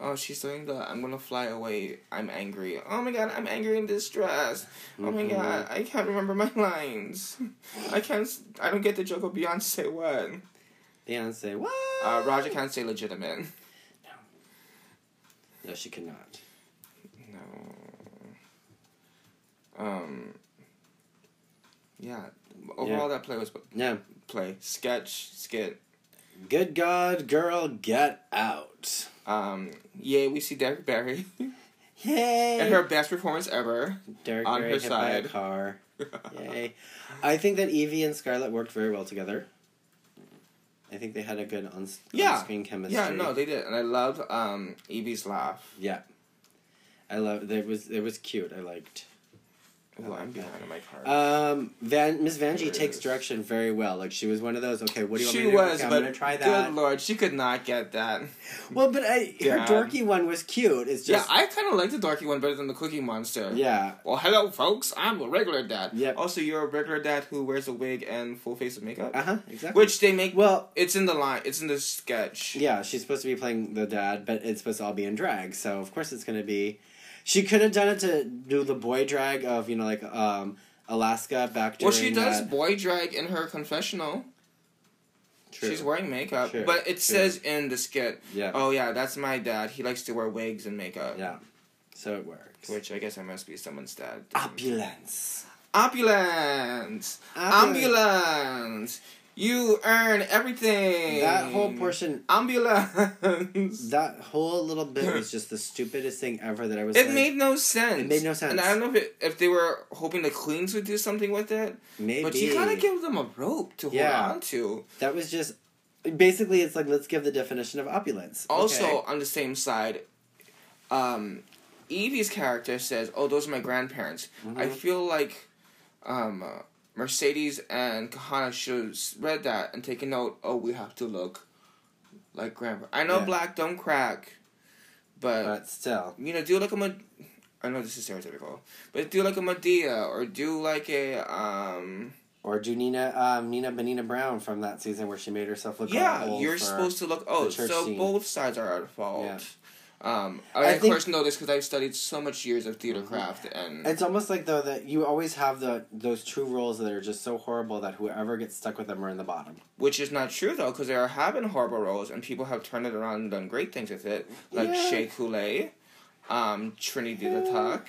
[SPEAKER 2] Oh, she's doing the I'm gonna fly away. I'm angry. Oh my god, I'm angry and distressed. Oh my god, I can't remember my [laughs] lines. I can't. s- I don't get the joke of Beyonce. What?
[SPEAKER 1] Beyonce, what?
[SPEAKER 2] Uh, Roger can't say legitimate.
[SPEAKER 1] No, she cannot.
[SPEAKER 2] No. Um. Yeah. Overall, that play was
[SPEAKER 1] No.
[SPEAKER 2] play sketch skit.
[SPEAKER 1] Good God, girl, get out.
[SPEAKER 2] Um. Yeah, we see Derek Barry
[SPEAKER 1] Yay!
[SPEAKER 2] and her best
[SPEAKER 1] [laughs]
[SPEAKER 2] performance ever.
[SPEAKER 1] Derek
[SPEAKER 2] on
[SPEAKER 1] Barry
[SPEAKER 2] her
[SPEAKER 1] hit by a
[SPEAKER 2] side.
[SPEAKER 1] car. Yay. I think that Evie and Scarlett worked very well together. I think they had a good on,
[SPEAKER 2] Yeah.
[SPEAKER 1] screen chemistry.
[SPEAKER 2] yeah, no, they did, and I loved um Evie's laugh.
[SPEAKER 1] Yeah. I love it was it was cute. I liked. Oh,
[SPEAKER 2] Ooh, I'm behind on my card.
[SPEAKER 1] Um Van Miss Vanjie
[SPEAKER 2] Yes.
[SPEAKER 1] takes direction very well. Like she was one of those, okay, what do you want
[SPEAKER 2] she
[SPEAKER 1] me to do?
[SPEAKER 2] was,
[SPEAKER 1] Okay, I'm
[SPEAKER 2] but
[SPEAKER 1] gonna try that.
[SPEAKER 2] good lord, she could not get that.
[SPEAKER 1] Well, but I, her
[SPEAKER 2] Yeah.
[SPEAKER 1] dorky one was cute. It's
[SPEAKER 2] yeah,
[SPEAKER 1] just
[SPEAKER 2] I kind of like the dorky one better than the Cookie Monster.
[SPEAKER 1] yeah.
[SPEAKER 2] Well, hello, folks. I'm a regular dad.
[SPEAKER 1] Yep.
[SPEAKER 2] Also, you're a regular dad who wears a wig and full face of makeup,
[SPEAKER 1] Uh-huh, exactly.
[SPEAKER 2] which they make.
[SPEAKER 1] well,
[SPEAKER 2] it's in the line. It's in the sketch.
[SPEAKER 1] Yeah, she's supposed to be playing the dad, but it's supposed to all be in drag. So of course it's gonna be. She could have done it to do the boy drag of you know like um Alaska back during.
[SPEAKER 2] Well, she does
[SPEAKER 1] that-
[SPEAKER 2] boy drag in her confessional.
[SPEAKER 1] True.
[SPEAKER 2] She's wearing makeup,
[SPEAKER 1] True,
[SPEAKER 2] but it
[SPEAKER 1] true.
[SPEAKER 2] says in the skit,
[SPEAKER 1] yeah.
[SPEAKER 2] "Oh yeah, that's my dad. He likes to wear wigs and makeup."
[SPEAKER 1] Yeah. So it works.
[SPEAKER 2] Which I guess I must be someone's dad.
[SPEAKER 1] Opulence.
[SPEAKER 2] Opulence.
[SPEAKER 1] Opulence.
[SPEAKER 2] Ambulance. You earn everything.
[SPEAKER 1] That whole portion.
[SPEAKER 2] Ambulance.
[SPEAKER 1] That whole little bit
[SPEAKER 2] [laughs]
[SPEAKER 1] was just the stupidest thing ever that I was.
[SPEAKER 2] It
[SPEAKER 1] like,
[SPEAKER 2] made no sense.
[SPEAKER 1] It made no sense.
[SPEAKER 2] And I don't know if it, if they were hoping the Queens would do something with it,
[SPEAKER 1] maybe.
[SPEAKER 2] but you kind of give them a rope to
[SPEAKER 1] Yeah.
[SPEAKER 2] hold on to.
[SPEAKER 1] that was just basically it's like let's give the definition of opulence.
[SPEAKER 2] Also,
[SPEAKER 1] Okay.
[SPEAKER 2] on the same side, um, Evie's character says, "Oh, those are my grandparents."
[SPEAKER 1] Mm-hmm.
[SPEAKER 2] I feel like um, uh, Mercedes and Kahana should have read that and taken note. Oh, we have to look like grandpa. I know
[SPEAKER 1] Yeah.
[SPEAKER 2] black don't crack, but
[SPEAKER 1] but still,
[SPEAKER 2] you know, do like a Med- I know this is stereotypical, but do like a Medea or do like a um.
[SPEAKER 1] Or do Nina um, Nina Benina Brown from that season where she made herself look all
[SPEAKER 2] yeah,
[SPEAKER 1] old
[SPEAKER 2] you're
[SPEAKER 1] for-
[SPEAKER 2] supposed to look. Oh,
[SPEAKER 1] church
[SPEAKER 2] so
[SPEAKER 1] scene.
[SPEAKER 2] both sides are at fault.
[SPEAKER 1] Yeah.
[SPEAKER 2] Um,
[SPEAKER 1] I
[SPEAKER 2] I, of
[SPEAKER 1] think- Mm-hmm.
[SPEAKER 2] course know this because I've studied so much years of theater craft and
[SPEAKER 1] It's almost like though that you always have the those two roles that are just so horrible that whoever gets stuck with them are in the bottom.
[SPEAKER 2] which is not true though because there are have been horrible roles and people have turned it around and done great things with it like
[SPEAKER 1] Yeah.
[SPEAKER 2] Shea Coulee, um, Trinity the Tuck.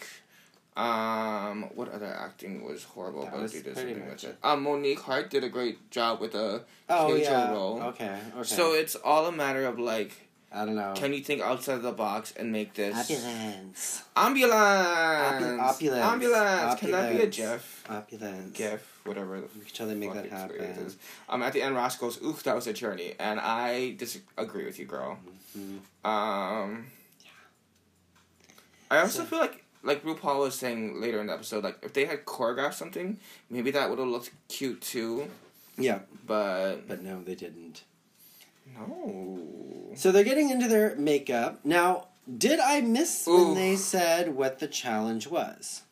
[SPEAKER 2] Um, what other acting was horrible?
[SPEAKER 1] That
[SPEAKER 2] but
[SPEAKER 1] was
[SPEAKER 2] they did
[SPEAKER 1] pretty
[SPEAKER 2] something
[SPEAKER 1] much
[SPEAKER 2] with it. Um, Monique Hart did a great job with a
[SPEAKER 1] Oh
[SPEAKER 2] Kyoto
[SPEAKER 1] yeah.
[SPEAKER 2] role.
[SPEAKER 1] Okay. Okay.
[SPEAKER 2] So it's all a matter of like,
[SPEAKER 1] I don't know.
[SPEAKER 2] can you think outside the box and make this
[SPEAKER 1] opulence.
[SPEAKER 2] Ambulance.
[SPEAKER 1] Opulence.
[SPEAKER 2] Ambulance. Can that be a
[SPEAKER 1] Opulence.
[SPEAKER 2] GIF?
[SPEAKER 1] Opulence.
[SPEAKER 2] GIF, whatever. the
[SPEAKER 1] We could totally make
[SPEAKER 2] fuck
[SPEAKER 1] that
[SPEAKER 2] it's- it
[SPEAKER 1] happen.
[SPEAKER 2] is. Um, at the end, Ross goes, "Oof, that was a journey," and I disagree with you, girl.
[SPEAKER 1] Mm-hmm.
[SPEAKER 2] Um, I also
[SPEAKER 1] So-
[SPEAKER 2] feel like, like RuPaul was saying later in the episode, like if they had choreographed something, maybe that would have looked cute too.
[SPEAKER 1] Yeah,
[SPEAKER 2] But
[SPEAKER 1] but no, they didn't.
[SPEAKER 2] no.
[SPEAKER 1] So they're getting into their makeup now. Did I miss when
[SPEAKER 2] Ooh.
[SPEAKER 1] they said what the challenge was?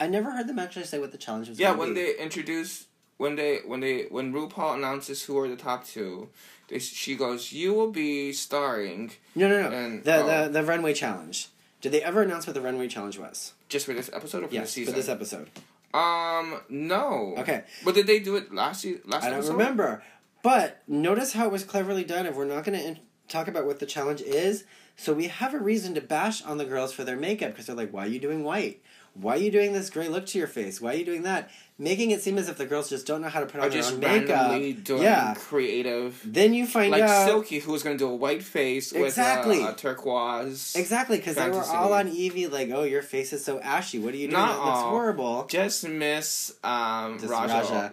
[SPEAKER 1] I never heard them actually say what the challenge was.
[SPEAKER 2] Yeah,
[SPEAKER 1] gonna
[SPEAKER 2] when
[SPEAKER 1] be.
[SPEAKER 2] they introduce when they when they when RuPaul announces who are the top two, they, she goes, "You will be starring
[SPEAKER 1] No, no, no.
[SPEAKER 2] And-
[SPEAKER 1] the,
[SPEAKER 2] oh.
[SPEAKER 1] the the runway challenge. Did they ever announce what the runway challenge was?
[SPEAKER 2] just for this episode or for the
[SPEAKER 1] Yes, for
[SPEAKER 2] season."
[SPEAKER 1] this episode.
[SPEAKER 2] um, no.
[SPEAKER 1] Okay,
[SPEAKER 2] But did they do it last season? Last
[SPEAKER 1] I don't
[SPEAKER 2] episode?
[SPEAKER 1] remember. But notice how it was cleverly done. If we're not going to in- talk about what the challenge is, so we have a reason to bash on the girls for their makeup because they're like, "Why are you doing white? Why are you doing this gray look to your face? Why are you doing that?" Making it seem as if the girls just don't know how to put on
[SPEAKER 2] Or
[SPEAKER 1] their
[SPEAKER 2] just
[SPEAKER 1] own makeup.
[SPEAKER 2] randomly doing
[SPEAKER 1] Yeah.
[SPEAKER 2] creative.
[SPEAKER 1] Then you find
[SPEAKER 2] Like
[SPEAKER 1] out
[SPEAKER 2] Silky, who was going to do a white face
[SPEAKER 1] Exactly.
[SPEAKER 2] with uh, a turquoise.
[SPEAKER 1] exactly because they were
[SPEAKER 2] fantasy.
[SPEAKER 1] all on Evie like, "Oh, your face is so ashy. What are you doing?
[SPEAKER 2] Not
[SPEAKER 1] That looks
[SPEAKER 2] all.
[SPEAKER 1] horrible."
[SPEAKER 2] Just miss um,
[SPEAKER 1] Just
[SPEAKER 2] Raja.
[SPEAKER 1] Raja.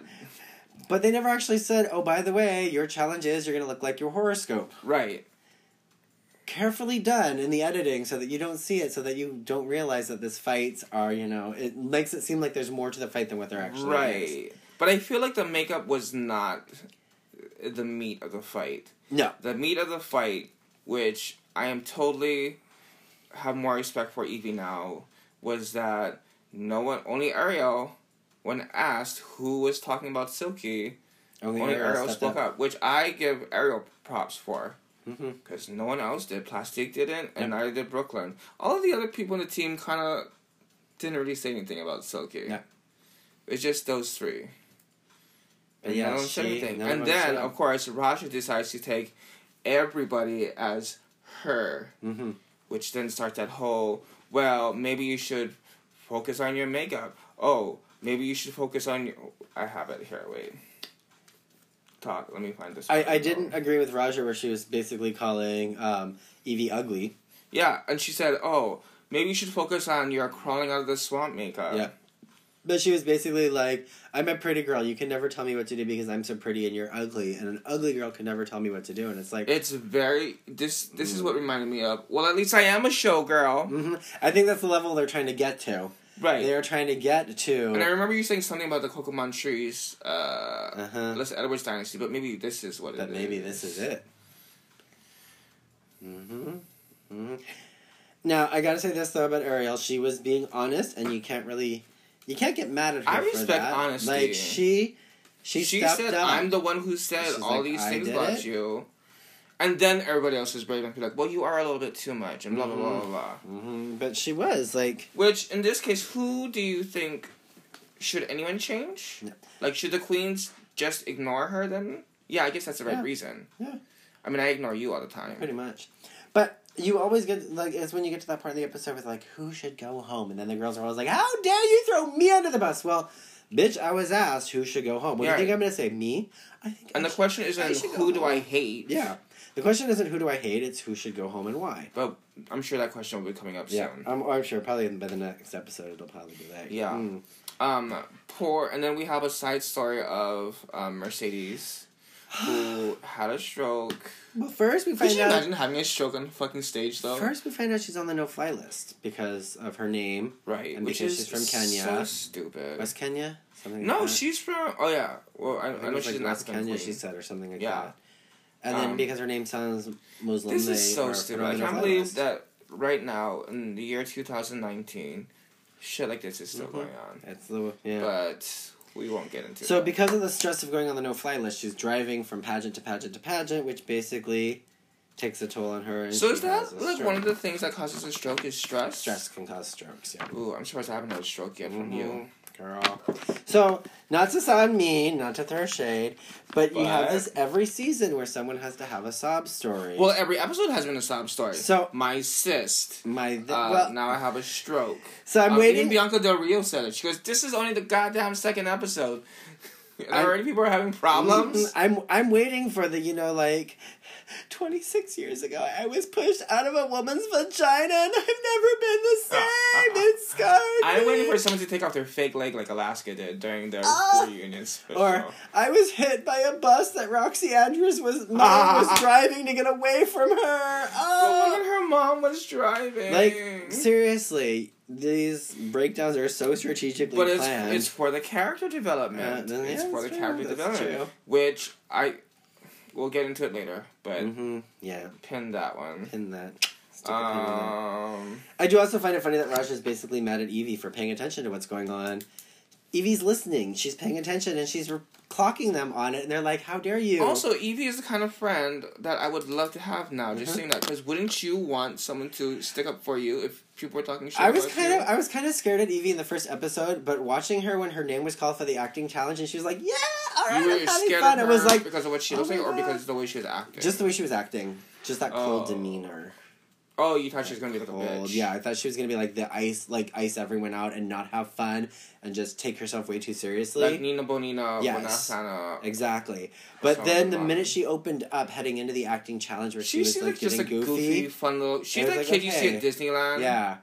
[SPEAKER 1] But they never actually said, oh, by the way, your challenge is you're going to look like your horoscope.
[SPEAKER 2] Right.
[SPEAKER 1] Carefully done in the editing so that you don't see it, so that you don't realize that this fights are, you know, it makes it seem like there's more to the fight than what there actually is.
[SPEAKER 2] Right. But I feel like the makeup was not the meat of the fight.
[SPEAKER 1] No.
[SPEAKER 2] The meat of the fight, which I am totally have more respect for Evie now, was that no one, only Ariel, when asked who was talking about Silky,
[SPEAKER 1] Only
[SPEAKER 2] only
[SPEAKER 1] Ariel
[SPEAKER 2] Ariel
[SPEAKER 1] stepped
[SPEAKER 2] spoke
[SPEAKER 1] up.
[SPEAKER 2] up, which I give Ariel props for.
[SPEAKER 1] Mm-hmm.
[SPEAKER 2] because no one else did. Plastic didn't, and neither did Brooklyn. All of the other people in the team kind of didn't really say anything about Silky.
[SPEAKER 1] Yeah.
[SPEAKER 2] It's just those three.
[SPEAKER 1] But
[SPEAKER 2] And
[SPEAKER 1] yeah,
[SPEAKER 2] yeah, don't say
[SPEAKER 1] she-
[SPEAKER 2] anything.
[SPEAKER 1] none of
[SPEAKER 2] And
[SPEAKER 1] them
[SPEAKER 2] then,
[SPEAKER 1] showed up.
[SPEAKER 2] of course, Raja decides to take everybody as her,
[SPEAKER 1] Mm-hmm.
[SPEAKER 2] which then starts that whole, well, maybe you should focus on your makeup. Oh, maybe you should focus on your... I have it here, wait. Talk, let me find this.
[SPEAKER 1] I, I
[SPEAKER 2] one.
[SPEAKER 1] didn't agree with Raja where she was basically calling um, Evie ugly.
[SPEAKER 2] Yeah, and she said, "Oh, maybe you should focus on your crawling out of the swamp makeup."
[SPEAKER 1] Yeah. But she was basically like, I'm a pretty girl. You can never tell me what to do because I'm so pretty and you're ugly. And an ugly girl can never tell me what to do. And it's like,
[SPEAKER 2] It's very this. This is what
[SPEAKER 1] Mm.
[SPEAKER 2] reminded me of. Well, at least I am a showgirl,
[SPEAKER 1] hmm I think that's the level they're trying to get to.
[SPEAKER 2] right?
[SPEAKER 1] They're trying to get
[SPEAKER 2] And I
[SPEAKER 1] to.
[SPEAKER 2] remember you saying something about the Kokomon trees. Uh,
[SPEAKER 1] Uh-huh.
[SPEAKER 2] Let's Edwards Dynasty, but maybe this is what it is.
[SPEAKER 1] That maybe this is it. hmm hmm Now, I gotta say this though about Ariel. She was being honest, and you can't really. You can't get mad at her.
[SPEAKER 2] I
[SPEAKER 1] for
[SPEAKER 2] respect
[SPEAKER 1] that.
[SPEAKER 2] honesty.
[SPEAKER 1] Like, she. She,
[SPEAKER 2] She,
[SPEAKER 1] stepped
[SPEAKER 2] said,
[SPEAKER 1] up.
[SPEAKER 2] "I'm the one who said
[SPEAKER 1] She's
[SPEAKER 2] all
[SPEAKER 1] like,
[SPEAKER 2] these
[SPEAKER 1] "I
[SPEAKER 2] things
[SPEAKER 1] did
[SPEAKER 2] about
[SPEAKER 1] it."
[SPEAKER 2] you," and then everybody else is brave and be like, "Well, you are a little bit too much," and blah blah blah blah. blah.
[SPEAKER 1] Mhm, But she was like.
[SPEAKER 2] Which, in this case, who do you think should anyone change?
[SPEAKER 1] No.
[SPEAKER 2] Like, should the queens just ignore her then? Yeah, I guess that's the right
[SPEAKER 1] Yeah.
[SPEAKER 2] reason.
[SPEAKER 1] Yeah.
[SPEAKER 2] I mean, I ignore you all the time.
[SPEAKER 1] Pretty much. But you always get like it's when you get to that part of the episode with like who should go home, and then the girls are always like, "How dare you throw me under the bus?" Well, bitch, I was asked who should go home. What
[SPEAKER 2] Yeah.
[SPEAKER 1] do you think I'm gonna say? Me? I think.
[SPEAKER 2] And
[SPEAKER 1] I
[SPEAKER 2] the question isn't
[SPEAKER 1] should go
[SPEAKER 2] who do
[SPEAKER 1] home.
[SPEAKER 2] I hate?
[SPEAKER 1] yeah. The question isn't who do I hate; it's who should go home and why.
[SPEAKER 2] But I'm sure that question will be coming up
[SPEAKER 1] Yeah,
[SPEAKER 2] soon.
[SPEAKER 1] I'm, I'm sure probably by the next episode it'll probably be that.
[SPEAKER 2] Yeah.
[SPEAKER 1] Mm.
[SPEAKER 2] Um, poor. And then we have a side story of um,
[SPEAKER 1] [gasps]
[SPEAKER 2] Mercedes, [gasps] who had a stroke.
[SPEAKER 1] Well, Hmm. first we
[SPEAKER 2] Could
[SPEAKER 1] find
[SPEAKER 2] you
[SPEAKER 1] out.
[SPEAKER 2] imagine having a stroke on the fucking stage though?
[SPEAKER 1] First we find out she's on the no-fly list because of her name,
[SPEAKER 2] right,
[SPEAKER 1] and
[SPEAKER 2] which
[SPEAKER 1] because
[SPEAKER 2] is
[SPEAKER 1] she's from Kenya.
[SPEAKER 2] so stupid.
[SPEAKER 1] West Kenya. Something like
[SPEAKER 2] no,
[SPEAKER 1] that.
[SPEAKER 2] she's from. Oh yeah. Well, I, I,
[SPEAKER 1] I,
[SPEAKER 2] know
[SPEAKER 1] think
[SPEAKER 2] she's
[SPEAKER 1] she's
[SPEAKER 2] an
[SPEAKER 1] like West
[SPEAKER 2] African
[SPEAKER 1] Kenya,
[SPEAKER 2] queen.
[SPEAKER 1] she said, or something like
[SPEAKER 2] Yeah.
[SPEAKER 1] that. And then
[SPEAKER 2] Um,
[SPEAKER 1] because her name sounds Muslim,
[SPEAKER 2] This
[SPEAKER 1] they
[SPEAKER 2] is so
[SPEAKER 1] are
[SPEAKER 2] stupid.
[SPEAKER 1] put on
[SPEAKER 2] I
[SPEAKER 1] the
[SPEAKER 2] can't
[SPEAKER 1] no-fly
[SPEAKER 2] believe
[SPEAKER 1] list.
[SPEAKER 2] that right now in the year 2019, shit like this is still
[SPEAKER 1] Mhm.
[SPEAKER 2] going on.
[SPEAKER 1] That's the yeah.
[SPEAKER 2] But we won't get into
[SPEAKER 1] so
[SPEAKER 2] that.
[SPEAKER 1] because of the stress of going on the no-fly list, she's driving from pageant to pageant to pageant, which basically takes a toll on her. And
[SPEAKER 2] So
[SPEAKER 1] she
[SPEAKER 2] is that
[SPEAKER 1] has a
[SPEAKER 2] like
[SPEAKER 1] stroke.
[SPEAKER 2] one of the things that causes a stroke is stress?
[SPEAKER 1] stress can cause strokes? Yeah,
[SPEAKER 2] Ooh, I'm surprised I haven't had a stroke yet from
[SPEAKER 1] Mhm.
[SPEAKER 2] you.
[SPEAKER 1] girl. So not to sound mean, not to throw shade, but, you have
[SPEAKER 2] But-
[SPEAKER 1] this every season where someone has to have a sob story.
[SPEAKER 2] Well, every episode has been a sob story.
[SPEAKER 1] So-
[SPEAKER 2] my cyst.
[SPEAKER 1] my th-
[SPEAKER 2] uh,
[SPEAKER 1] well,
[SPEAKER 2] now I have a stroke.
[SPEAKER 1] so I'm
[SPEAKER 2] Uh,
[SPEAKER 1] waiting.
[SPEAKER 2] Even Bianca Del Rio said it. She goes, "This is only the goddamn second episode. [laughs] And
[SPEAKER 1] I-
[SPEAKER 2] already people are having problems."
[SPEAKER 1] Mm, I'm I'm waiting for the you know like, [laughs] twenty six years ago I was pushed out of a woman's vagina and I've never been
[SPEAKER 2] [laughs]
[SPEAKER 1] the same. It's scarred.
[SPEAKER 2] I'm
[SPEAKER 1] me.
[SPEAKER 2] waiting for someone to take off their fake leg like Alaska did during their
[SPEAKER 1] Ah!
[SPEAKER 2] reunion special.
[SPEAKER 1] Or I was hit by a bus that Roxy Andrews was mother
[SPEAKER 2] Ah. [laughs]
[SPEAKER 1] was driving to get away from her.
[SPEAKER 2] Well,
[SPEAKER 1] Oh.
[SPEAKER 2] when her mom was driving. Mm-hmm.
[SPEAKER 1] Like seriously, these breakdowns are so strategically
[SPEAKER 2] but it's
[SPEAKER 1] planned.
[SPEAKER 2] it's for the character development.
[SPEAKER 1] Yeah, yeah,
[SPEAKER 2] it's for
[SPEAKER 1] that's
[SPEAKER 2] the
[SPEAKER 1] true,
[SPEAKER 2] character
[SPEAKER 1] that's
[SPEAKER 2] development,
[SPEAKER 1] true.
[SPEAKER 2] which I we'll get into it later. But
[SPEAKER 1] Mhm, Yeah,
[SPEAKER 2] pin that one.
[SPEAKER 1] pin that. Stick
[SPEAKER 2] Uh,
[SPEAKER 1] a pin in that.
[SPEAKER 2] Um,
[SPEAKER 1] I do also find it funny that Raj is basically mad at Evie for paying attention to what's going on. Evie's listening. She's paying attention and she's re- clocking them on it. And they're like, "How dare you?"
[SPEAKER 2] also, Evie is the kind of friend that I would love to have now. Just
[SPEAKER 1] Mhm.
[SPEAKER 2] saying that, because wouldn't you want someone to stick up for you if people were talking shit?
[SPEAKER 1] I was
[SPEAKER 2] about
[SPEAKER 1] kind
[SPEAKER 2] you?
[SPEAKER 1] of I was kind of scared at Evie in the first episode, but watching her when her name was called for the acting challenge and she was like, "Yeah, all right,
[SPEAKER 2] you were
[SPEAKER 1] I'm having
[SPEAKER 2] scared
[SPEAKER 1] fun."
[SPEAKER 2] of
[SPEAKER 1] It
[SPEAKER 2] her
[SPEAKER 1] was like
[SPEAKER 2] because of what she
[SPEAKER 1] oh
[SPEAKER 2] looks
[SPEAKER 1] my
[SPEAKER 2] like, or
[SPEAKER 1] God.
[SPEAKER 2] because of the way she was acting.
[SPEAKER 1] just the way she was acting, just that cold
[SPEAKER 2] Oh.
[SPEAKER 1] demeanor.
[SPEAKER 2] oh, you thought she was gonna be like a bitch.
[SPEAKER 1] Cold. Yeah, I thought she was gonna be like the ice, like ice everyone out and not have fun and just take herself way too seriously.
[SPEAKER 2] like Nina Bonina,
[SPEAKER 1] Yes.
[SPEAKER 2] Wanasana.
[SPEAKER 1] Exactly.
[SPEAKER 2] That's
[SPEAKER 1] But
[SPEAKER 2] all
[SPEAKER 1] then
[SPEAKER 2] I'm
[SPEAKER 1] the
[SPEAKER 2] about.
[SPEAKER 1] minute she opened up heading into the acting challenge where she,
[SPEAKER 2] She
[SPEAKER 1] was
[SPEAKER 2] seems
[SPEAKER 1] like
[SPEAKER 2] like just
[SPEAKER 1] getting
[SPEAKER 2] a goofy,
[SPEAKER 1] goofy.
[SPEAKER 2] fun little. She's
[SPEAKER 1] It was
[SPEAKER 2] that
[SPEAKER 1] like,
[SPEAKER 2] kid you
[SPEAKER 1] okay.
[SPEAKER 2] see at Disneyland.
[SPEAKER 1] Yeah.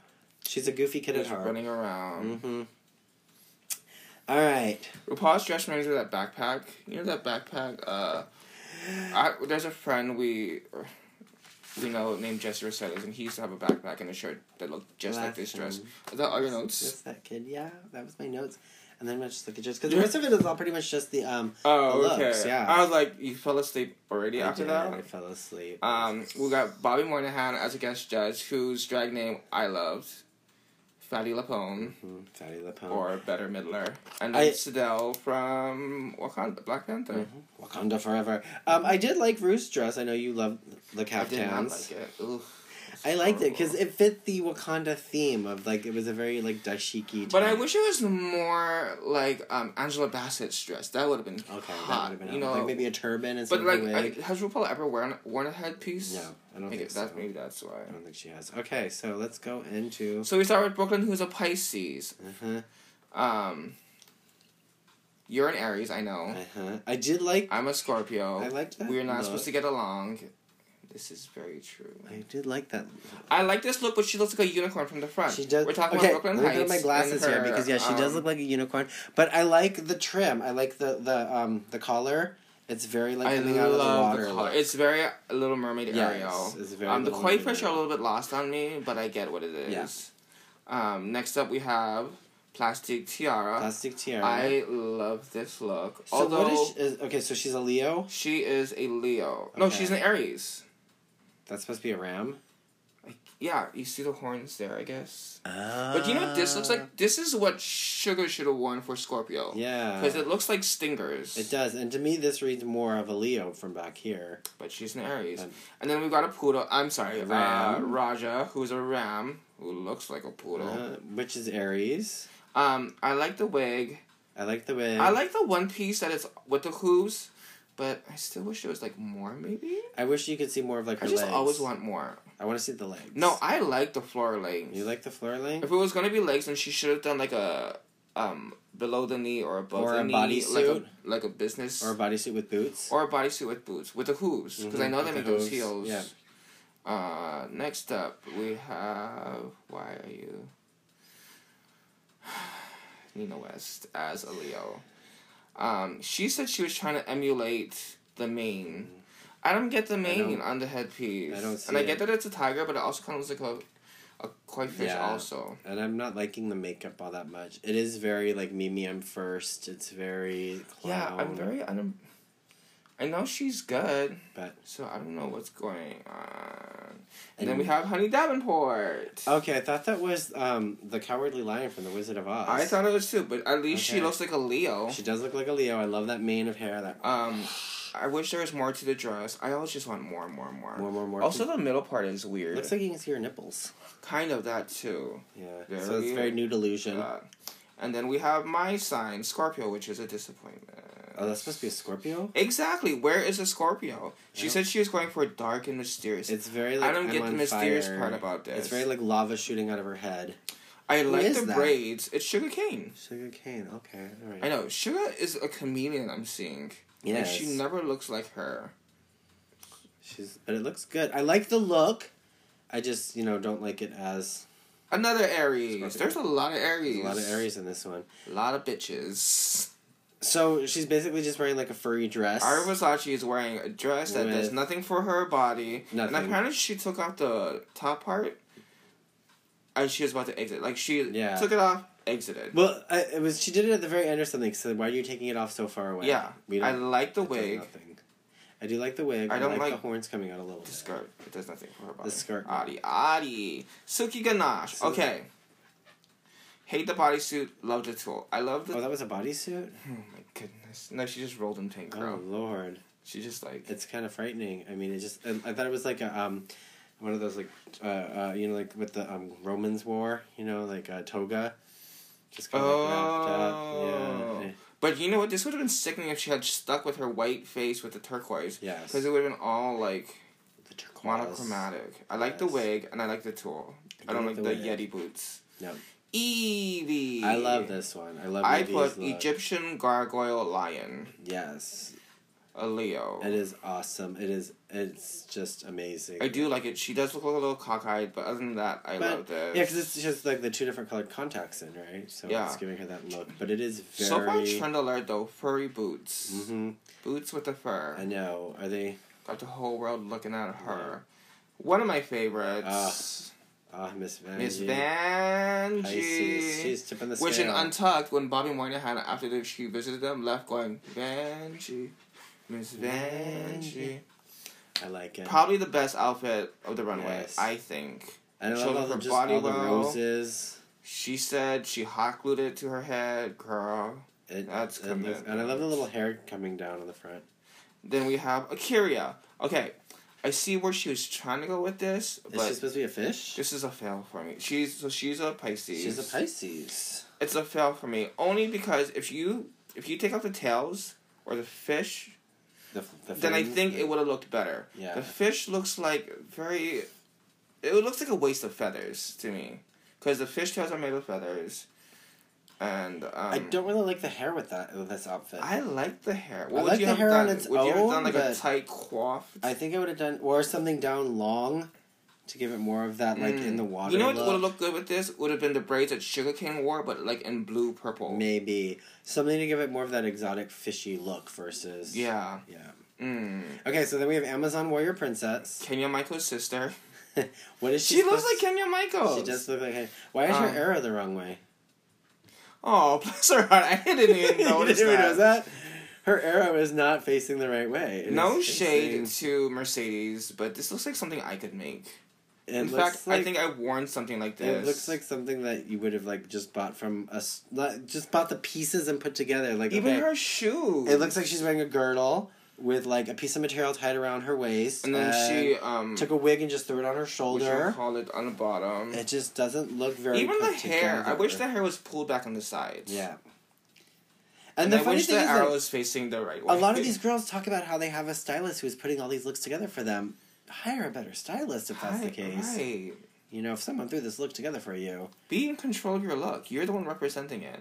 [SPEAKER 1] She's a goofy kid at
[SPEAKER 2] Just
[SPEAKER 1] heart.
[SPEAKER 2] running around.
[SPEAKER 1] Mm-hmm. All right.
[SPEAKER 2] RuPaul's dress reminds me of that backpack. You know that backpack. Uh, I, there's a friend we, you know, named Jesse Rosetas, and he used to have a backpack and a shirt that looked just like this dress.
[SPEAKER 1] Laughing.
[SPEAKER 2] Is that all your notes?
[SPEAKER 1] Just that kid. Yeah, that was my notes. And then I just look at just because the rest of it is all pretty much just the um.
[SPEAKER 2] Oh,
[SPEAKER 1] The
[SPEAKER 2] okay.
[SPEAKER 1] looks, yeah.
[SPEAKER 2] I was like, you fell asleep already
[SPEAKER 1] I
[SPEAKER 2] after
[SPEAKER 1] did,
[SPEAKER 2] that.
[SPEAKER 1] I fell asleep.
[SPEAKER 2] Um, we got Bobby Moynihan as a guest judge, whose drag name I loved. Fatty Lapone,
[SPEAKER 1] Hmm, Fatty Lapone.
[SPEAKER 2] or Better Midler, and
[SPEAKER 1] I- Mm-hmm.
[SPEAKER 2] then Sidel from Wakanda, Black Panther.
[SPEAKER 1] Wakanda forever. Um, I did like Ruth's dress. I know you love the
[SPEAKER 2] I did not
[SPEAKER 1] caftans.
[SPEAKER 2] like it. Ugh.
[SPEAKER 1] I liked it because
[SPEAKER 2] Horrible.
[SPEAKER 1] it fit the Wakanda theme of like it was a very like dashiki.
[SPEAKER 2] But I
[SPEAKER 1] type.
[SPEAKER 2] wish it was more like um, Angela Bassett's dress. That would have been
[SPEAKER 1] okay,
[SPEAKER 2] hot.
[SPEAKER 1] that would have been
[SPEAKER 2] you know,
[SPEAKER 1] like maybe a turban instead
[SPEAKER 2] but
[SPEAKER 1] of
[SPEAKER 2] like,
[SPEAKER 1] a wig.
[SPEAKER 2] I, has RuPaul ever worn worn a headpiece?
[SPEAKER 1] no, I don't
[SPEAKER 2] Maybe
[SPEAKER 1] think
[SPEAKER 2] that's
[SPEAKER 1] so.
[SPEAKER 2] maybe that's why.
[SPEAKER 1] I don't think she has. Okay, so let's go into.
[SPEAKER 2] So we start with Brooklyn, who's a Pisces.
[SPEAKER 1] Uh huh.
[SPEAKER 2] Um, you're an Aries, I know.
[SPEAKER 1] Uh huh. I did like.
[SPEAKER 2] I'm a Scorpio.
[SPEAKER 1] I liked that.
[SPEAKER 2] We're not
[SPEAKER 1] look.
[SPEAKER 2] supposed to get along. This is very true.
[SPEAKER 1] I did like that.
[SPEAKER 2] I like this look, but she looks like a unicorn from the front.
[SPEAKER 1] She does.
[SPEAKER 2] We're talking
[SPEAKER 1] okay,
[SPEAKER 2] about Brooklyn
[SPEAKER 1] let me put
[SPEAKER 2] Heights.
[SPEAKER 1] my glasses
[SPEAKER 2] and
[SPEAKER 1] here
[SPEAKER 2] her,
[SPEAKER 1] because yeah, she does
[SPEAKER 2] um,
[SPEAKER 1] look like a unicorn. But I like the trim. I like the the um the collar. It's very like
[SPEAKER 2] I
[SPEAKER 1] coming out of the
[SPEAKER 2] love
[SPEAKER 1] water.
[SPEAKER 2] the, color.
[SPEAKER 1] look.
[SPEAKER 2] It's very Little Mermaid
[SPEAKER 1] Yes,
[SPEAKER 2] Ariel.
[SPEAKER 1] it's very
[SPEAKER 2] um, the
[SPEAKER 1] Little
[SPEAKER 2] koi
[SPEAKER 1] Mermaid
[SPEAKER 2] fish are a
[SPEAKER 1] Ariel.
[SPEAKER 2] little bit lost on me, but I get what it
[SPEAKER 1] Yeah.
[SPEAKER 2] is. Um, next up, we have Plastic Tiara.
[SPEAKER 1] plastic tiara.
[SPEAKER 2] I love this look.
[SPEAKER 1] so
[SPEAKER 2] Although
[SPEAKER 1] what is, is okay? So she's a Leo.
[SPEAKER 2] she is a Leo. No,
[SPEAKER 1] Okay.
[SPEAKER 2] she's an Aries.
[SPEAKER 1] That's supposed to be a ram.
[SPEAKER 2] Yeah, you see the horns there, I guess.
[SPEAKER 1] Ah.
[SPEAKER 2] But you know what this looks like? This is what Sugar should have worn for Scorpio.
[SPEAKER 1] Ah. Yeah.
[SPEAKER 2] Because it looks like stingers.
[SPEAKER 1] It does, and to me, this reads more of a Leo from back here.
[SPEAKER 2] But she's an Aries.
[SPEAKER 1] And-
[SPEAKER 2] And then we've got a poodle. I'm sorry, uh,
[SPEAKER 1] Ram.
[SPEAKER 2] Raja, who's a ram, who looks like a poodle.
[SPEAKER 1] Uh, which is Aries.
[SPEAKER 2] Um, I like the wig.
[SPEAKER 1] I like the way.
[SPEAKER 2] I like the one piece that is with the hooves, but I still wish there was like more, maybe?
[SPEAKER 1] I wish you could see more of like.
[SPEAKER 2] I
[SPEAKER 1] her
[SPEAKER 2] just
[SPEAKER 1] legs.
[SPEAKER 2] always want more.
[SPEAKER 1] I want to see the legs.
[SPEAKER 2] No, I like the floor length.
[SPEAKER 1] you like the floor length.
[SPEAKER 2] If it was gonna be legs, then she should have done like a um below the knee or above
[SPEAKER 1] Or
[SPEAKER 2] the
[SPEAKER 1] a
[SPEAKER 2] knee, like
[SPEAKER 1] bodysuit.
[SPEAKER 2] a like a business
[SPEAKER 1] Or a bodysuit with boots.
[SPEAKER 2] or a bodysuit with boots with the hooves because I
[SPEAKER 1] Mhm,
[SPEAKER 2] know
[SPEAKER 1] with
[SPEAKER 2] they
[SPEAKER 1] the
[SPEAKER 2] make those
[SPEAKER 1] hooves,
[SPEAKER 2] heels.
[SPEAKER 1] yeah.
[SPEAKER 2] Uh, next up we have why are you [sighs] Nina West as a Leo. Um, she said she was trying to emulate the mane. I don't get the mane
[SPEAKER 1] don't-
[SPEAKER 2] on the headpiece.
[SPEAKER 1] I don't
[SPEAKER 2] and
[SPEAKER 1] see
[SPEAKER 2] I get
[SPEAKER 1] it.
[SPEAKER 2] that it's a tiger, but it also kind of looks like a, a koi fish
[SPEAKER 1] Yeah.
[SPEAKER 2] also.
[SPEAKER 1] and I'm not liking the makeup all that much. It is very like Mimi. I'm first. It's very clown.
[SPEAKER 2] Yeah, I'm very un. I know she's good,
[SPEAKER 1] But
[SPEAKER 2] so I don't know what's going on. And,
[SPEAKER 1] And-
[SPEAKER 2] then we have Honey Davenport.
[SPEAKER 1] okay. I thought that was um the Cowardly Lion from The Wizard of Oz.
[SPEAKER 2] I thought it was too, but at least she
[SPEAKER 1] Okay.
[SPEAKER 2] looks like a Leo.
[SPEAKER 1] she does look like a Leo. I love that mane of hair. That
[SPEAKER 2] Um, I wish there was more to the dress. I always just want more and more and more.
[SPEAKER 1] more, more, more.
[SPEAKER 2] Also, the middle part is weird.
[SPEAKER 1] looks like you can see her nipples.
[SPEAKER 2] kind of that too.
[SPEAKER 1] Yeah.
[SPEAKER 2] Very
[SPEAKER 1] so it's very
[SPEAKER 2] weird.
[SPEAKER 1] new delusion.
[SPEAKER 2] Uh, and then we have my sign, Scorpio, which is a disappointment.
[SPEAKER 1] oh, that's supposed to be a Scorpio.
[SPEAKER 2] Exactly. Where is a Scorpio? She
[SPEAKER 1] Yeah.
[SPEAKER 2] said she was going for dark and mysterious.
[SPEAKER 1] It's very like
[SPEAKER 2] I don't
[SPEAKER 1] I'm
[SPEAKER 2] get the
[SPEAKER 1] on
[SPEAKER 2] mysterious
[SPEAKER 1] fire.
[SPEAKER 2] part about this.
[SPEAKER 1] It's very like lava shooting out of her head.
[SPEAKER 2] I
[SPEAKER 1] Who
[SPEAKER 2] like
[SPEAKER 1] is
[SPEAKER 2] the
[SPEAKER 1] that?
[SPEAKER 2] braids. It's sugar cane.
[SPEAKER 1] Sugar cane. Okay. All right.
[SPEAKER 2] I know sugar is a chameleon. I'm seeing. Yeah.
[SPEAKER 1] Yes.
[SPEAKER 2] she never looks like her.
[SPEAKER 1] She's, but it looks good. I like the look. I just, you know, don't like it as
[SPEAKER 2] Another Aries.
[SPEAKER 1] Scorpio.
[SPEAKER 2] There's a lot of
[SPEAKER 1] there's
[SPEAKER 2] Aries.
[SPEAKER 1] a lot of Aries in this one.
[SPEAKER 2] A lot of bitches.
[SPEAKER 1] So she's basically just wearing like a furry dress.
[SPEAKER 2] Ara Versace is wearing a dress that does
[SPEAKER 1] With-
[SPEAKER 2] nothing for her body. And
[SPEAKER 1] Nothing.
[SPEAKER 2] apparently she took off the top part. And she was about to exit. Like she
[SPEAKER 1] Yeah.
[SPEAKER 2] took it off, exited.
[SPEAKER 1] well, I, it was she did it at the very end or something. So why are you taking it off so far away?
[SPEAKER 2] yeah.
[SPEAKER 1] we don't.
[SPEAKER 2] I like the
[SPEAKER 1] it does
[SPEAKER 2] wig.
[SPEAKER 1] Nothing. I do like the wig.
[SPEAKER 2] I
[SPEAKER 1] I
[SPEAKER 2] don't
[SPEAKER 1] don't like, the
[SPEAKER 2] like
[SPEAKER 1] horns coming out a little
[SPEAKER 2] The
[SPEAKER 1] bit.
[SPEAKER 2] skirt. It does nothing for her body.
[SPEAKER 1] skirt.
[SPEAKER 2] Adi, Adi. Suki Ganache.
[SPEAKER 1] So-
[SPEAKER 2] okay. Hate the bodysuit, love the tool. I love the.
[SPEAKER 1] Oh,
[SPEAKER 2] Oh,
[SPEAKER 1] that was a bodysuit.
[SPEAKER 2] my goodness. No, she just rolled in tank,
[SPEAKER 1] Oh
[SPEAKER 2] girl.
[SPEAKER 1] lord,
[SPEAKER 2] She just like.
[SPEAKER 1] it's kind of frightening. I mean, it just. I, I thought it was like a um, one of those like uh, uh you know like with the um Romans wore you know like a toga, just kind of like
[SPEAKER 2] Oh.
[SPEAKER 1] wrapped up. Yeah. eh,
[SPEAKER 2] But you know what? This would have been sickening if she had stuck with her white face with the turquoise.
[SPEAKER 1] Yes.
[SPEAKER 2] Because it would have been all like
[SPEAKER 1] The turquoise.
[SPEAKER 2] monochromatic. I like the
[SPEAKER 1] Yes.
[SPEAKER 2] wig and I like the tool. I, don't like the,
[SPEAKER 1] wig.
[SPEAKER 2] Yeti boots.
[SPEAKER 1] No.
[SPEAKER 2] Evie.
[SPEAKER 1] I love this one. I love.
[SPEAKER 2] I
[SPEAKER 1] Evie's
[SPEAKER 2] put
[SPEAKER 1] look.
[SPEAKER 2] Egyptian gargoyle lion,
[SPEAKER 1] Yes,
[SPEAKER 2] a Leo.
[SPEAKER 1] it is awesome. It is. It's just amazing.
[SPEAKER 2] Oh. I do like it. She does look a little cockeyed, but other than that, I
[SPEAKER 1] But-
[SPEAKER 2] love this.
[SPEAKER 1] Yeah, because it's just like the two different colored contacts in, right? So
[SPEAKER 2] Yeah.
[SPEAKER 1] it's giving her that look, but it is very.
[SPEAKER 2] so far trend alert though. Furry boots,
[SPEAKER 1] hmm
[SPEAKER 2] boots with the fur.
[SPEAKER 1] I know. Are they?
[SPEAKER 2] Got the whole world looking at her. One of my favorites,
[SPEAKER 1] Ah, Miss Van.
[SPEAKER 2] Miss
[SPEAKER 1] Pisces.
[SPEAKER 2] Vanjie.
[SPEAKER 1] She's tipping the scale.
[SPEAKER 2] Which in Untucked, when Bobby Moynihan, after that she visited them, left going, Vanjie, Miss Vanjie.
[SPEAKER 1] I like it.
[SPEAKER 2] Probably the best outfit of the runway,
[SPEAKER 1] Yes.
[SPEAKER 2] I think.
[SPEAKER 1] and I love
[SPEAKER 2] showed
[SPEAKER 1] all
[SPEAKER 2] her
[SPEAKER 1] the, just
[SPEAKER 2] body
[SPEAKER 1] all the
[SPEAKER 2] well.
[SPEAKER 1] roses.
[SPEAKER 2] She said she hot glued it to her head, girl.
[SPEAKER 1] It,
[SPEAKER 2] That's
[SPEAKER 1] it looks- and I love the little hair coming down on the front.
[SPEAKER 2] Then we have Akira. Okay, I see where she was trying to go with this,
[SPEAKER 1] Is she
[SPEAKER 2] but
[SPEAKER 1] supposed to be a fish?
[SPEAKER 2] this is a fail for me. She's so she's a Pisces.
[SPEAKER 1] She's a Pisces.
[SPEAKER 2] It's a fail for me only because if you if you take out the tails or the fish,
[SPEAKER 1] The, the
[SPEAKER 2] then I
[SPEAKER 1] fin.
[SPEAKER 2] think it would have looked better.
[SPEAKER 1] Yeah.
[SPEAKER 2] The fish looks like very. It looks like a waste of feathers to me, because the fish tails are made of feathers, and um,
[SPEAKER 1] I don't really like the hair with that with this outfit. I,
[SPEAKER 2] I like the hair. What
[SPEAKER 1] I
[SPEAKER 2] would
[SPEAKER 1] like
[SPEAKER 2] you
[SPEAKER 1] the
[SPEAKER 2] have
[SPEAKER 1] hair on
[SPEAKER 2] done?
[SPEAKER 1] its
[SPEAKER 2] would you have done
[SPEAKER 1] own,
[SPEAKER 2] like a
[SPEAKER 1] but-
[SPEAKER 2] tight coif?
[SPEAKER 1] think I would have done or something down long, to give it more of that like
[SPEAKER 2] Mm.
[SPEAKER 1] in the water.
[SPEAKER 2] You know what would
[SPEAKER 1] look.
[SPEAKER 2] have looked good with this? Would have been the braids that Sugar King wore, but like in blue purple.
[SPEAKER 1] Maybe something to give it more of that exotic fishy look versus
[SPEAKER 2] Yeah.
[SPEAKER 1] yeah.
[SPEAKER 2] Mm.
[SPEAKER 1] Okay, so then we have Amazon Warrior Princess.
[SPEAKER 2] Kenya Michael's sister.
[SPEAKER 1] What is she?
[SPEAKER 2] She looks like
[SPEAKER 1] supposed-
[SPEAKER 2] Kenya Michaels.
[SPEAKER 1] She does look like. her- Why is her
[SPEAKER 2] Um,
[SPEAKER 1] arrow the wrong way?
[SPEAKER 2] Oh, [laughs] bless her heart. I didn't
[SPEAKER 1] [laughs]
[SPEAKER 2] even
[SPEAKER 1] You
[SPEAKER 2] notice
[SPEAKER 1] didn't even
[SPEAKER 2] that.
[SPEAKER 1] notice that? Her arrow is not facing the right way. It
[SPEAKER 2] No
[SPEAKER 1] is
[SPEAKER 2] shade
[SPEAKER 1] facing-
[SPEAKER 2] to Mercedes, but this looks like something I could make.
[SPEAKER 1] It
[SPEAKER 2] In
[SPEAKER 1] looks
[SPEAKER 2] fact,
[SPEAKER 1] like,
[SPEAKER 2] I think I worn something like this.
[SPEAKER 1] it looks like something that you would have like just bought from us. Just bought the pieces and put together. Like
[SPEAKER 2] even
[SPEAKER 1] okay,
[SPEAKER 2] her shoe.
[SPEAKER 1] it looks like she's wearing a girdle with like a piece of material tied around her waist.
[SPEAKER 2] And then she um
[SPEAKER 1] took a wig and just threw it on her
[SPEAKER 2] what you
[SPEAKER 1] shoulder.
[SPEAKER 2] call it on the bottom.
[SPEAKER 1] It just doesn't look very.
[SPEAKER 2] even the
[SPEAKER 1] put
[SPEAKER 2] hair. I wish the
[SPEAKER 1] together.
[SPEAKER 2] hair was pulled back on the sides.
[SPEAKER 1] Yeah. And,
[SPEAKER 2] And,
[SPEAKER 1] the
[SPEAKER 2] I
[SPEAKER 1] funny
[SPEAKER 2] wish
[SPEAKER 1] thing
[SPEAKER 2] the
[SPEAKER 1] is,
[SPEAKER 2] arrow
[SPEAKER 1] like,
[SPEAKER 2] is facing the right way.
[SPEAKER 1] a
[SPEAKER 2] [laughs]
[SPEAKER 1] lot of these girls talk about how they have a stylist who's putting all these looks together for them. Hire a better stylist if that's the
[SPEAKER 2] Right,
[SPEAKER 1] case.
[SPEAKER 2] Right.
[SPEAKER 1] You know, if someone threw this look together for you.
[SPEAKER 2] Be in control of your look. You're the one representing it.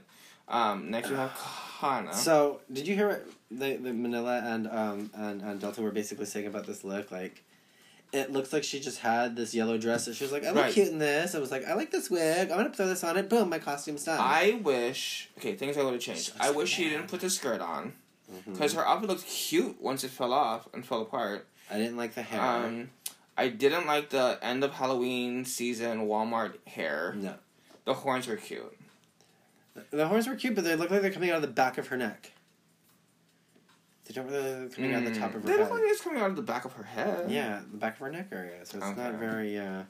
[SPEAKER 2] Um, next we have
[SPEAKER 1] [sighs]
[SPEAKER 2] Kana.
[SPEAKER 1] So, uh, did you hear what the, the Manila and um and, and Delta were basically saying about this look? Like, it looks like she just had this yellow dress, and she was like, "I look
[SPEAKER 2] Right.
[SPEAKER 1] cute in this." I was like, "I like this wig. I'm gonna throw this on it. Boom, my costume's done."
[SPEAKER 2] I wish. Okay, things I would have changed.
[SPEAKER 1] She looks
[SPEAKER 2] I wish she
[SPEAKER 1] bad.
[SPEAKER 2] didn't put the skirt on
[SPEAKER 1] Mhm.
[SPEAKER 2] because her outfit looked cute once it fell off and fell apart.
[SPEAKER 1] I didn't like the hair.
[SPEAKER 2] Um, I didn't like the end of Halloween season Walmart hair.
[SPEAKER 1] no,
[SPEAKER 2] The horns were cute.
[SPEAKER 1] the horns were cute, but they look like they're coming out of the back of her neck. They don't really look coming out the
[SPEAKER 2] Mm.
[SPEAKER 1] top of her
[SPEAKER 2] They
[SPEAKER 1] head.
[SPEAKER 2] look like it's coming out of the back of her head.
[SPEAKER 1] Yeah, the back of her neck area. So it's not
[SPEAKER 2] Okay.
[SPEAKER 1] very. uh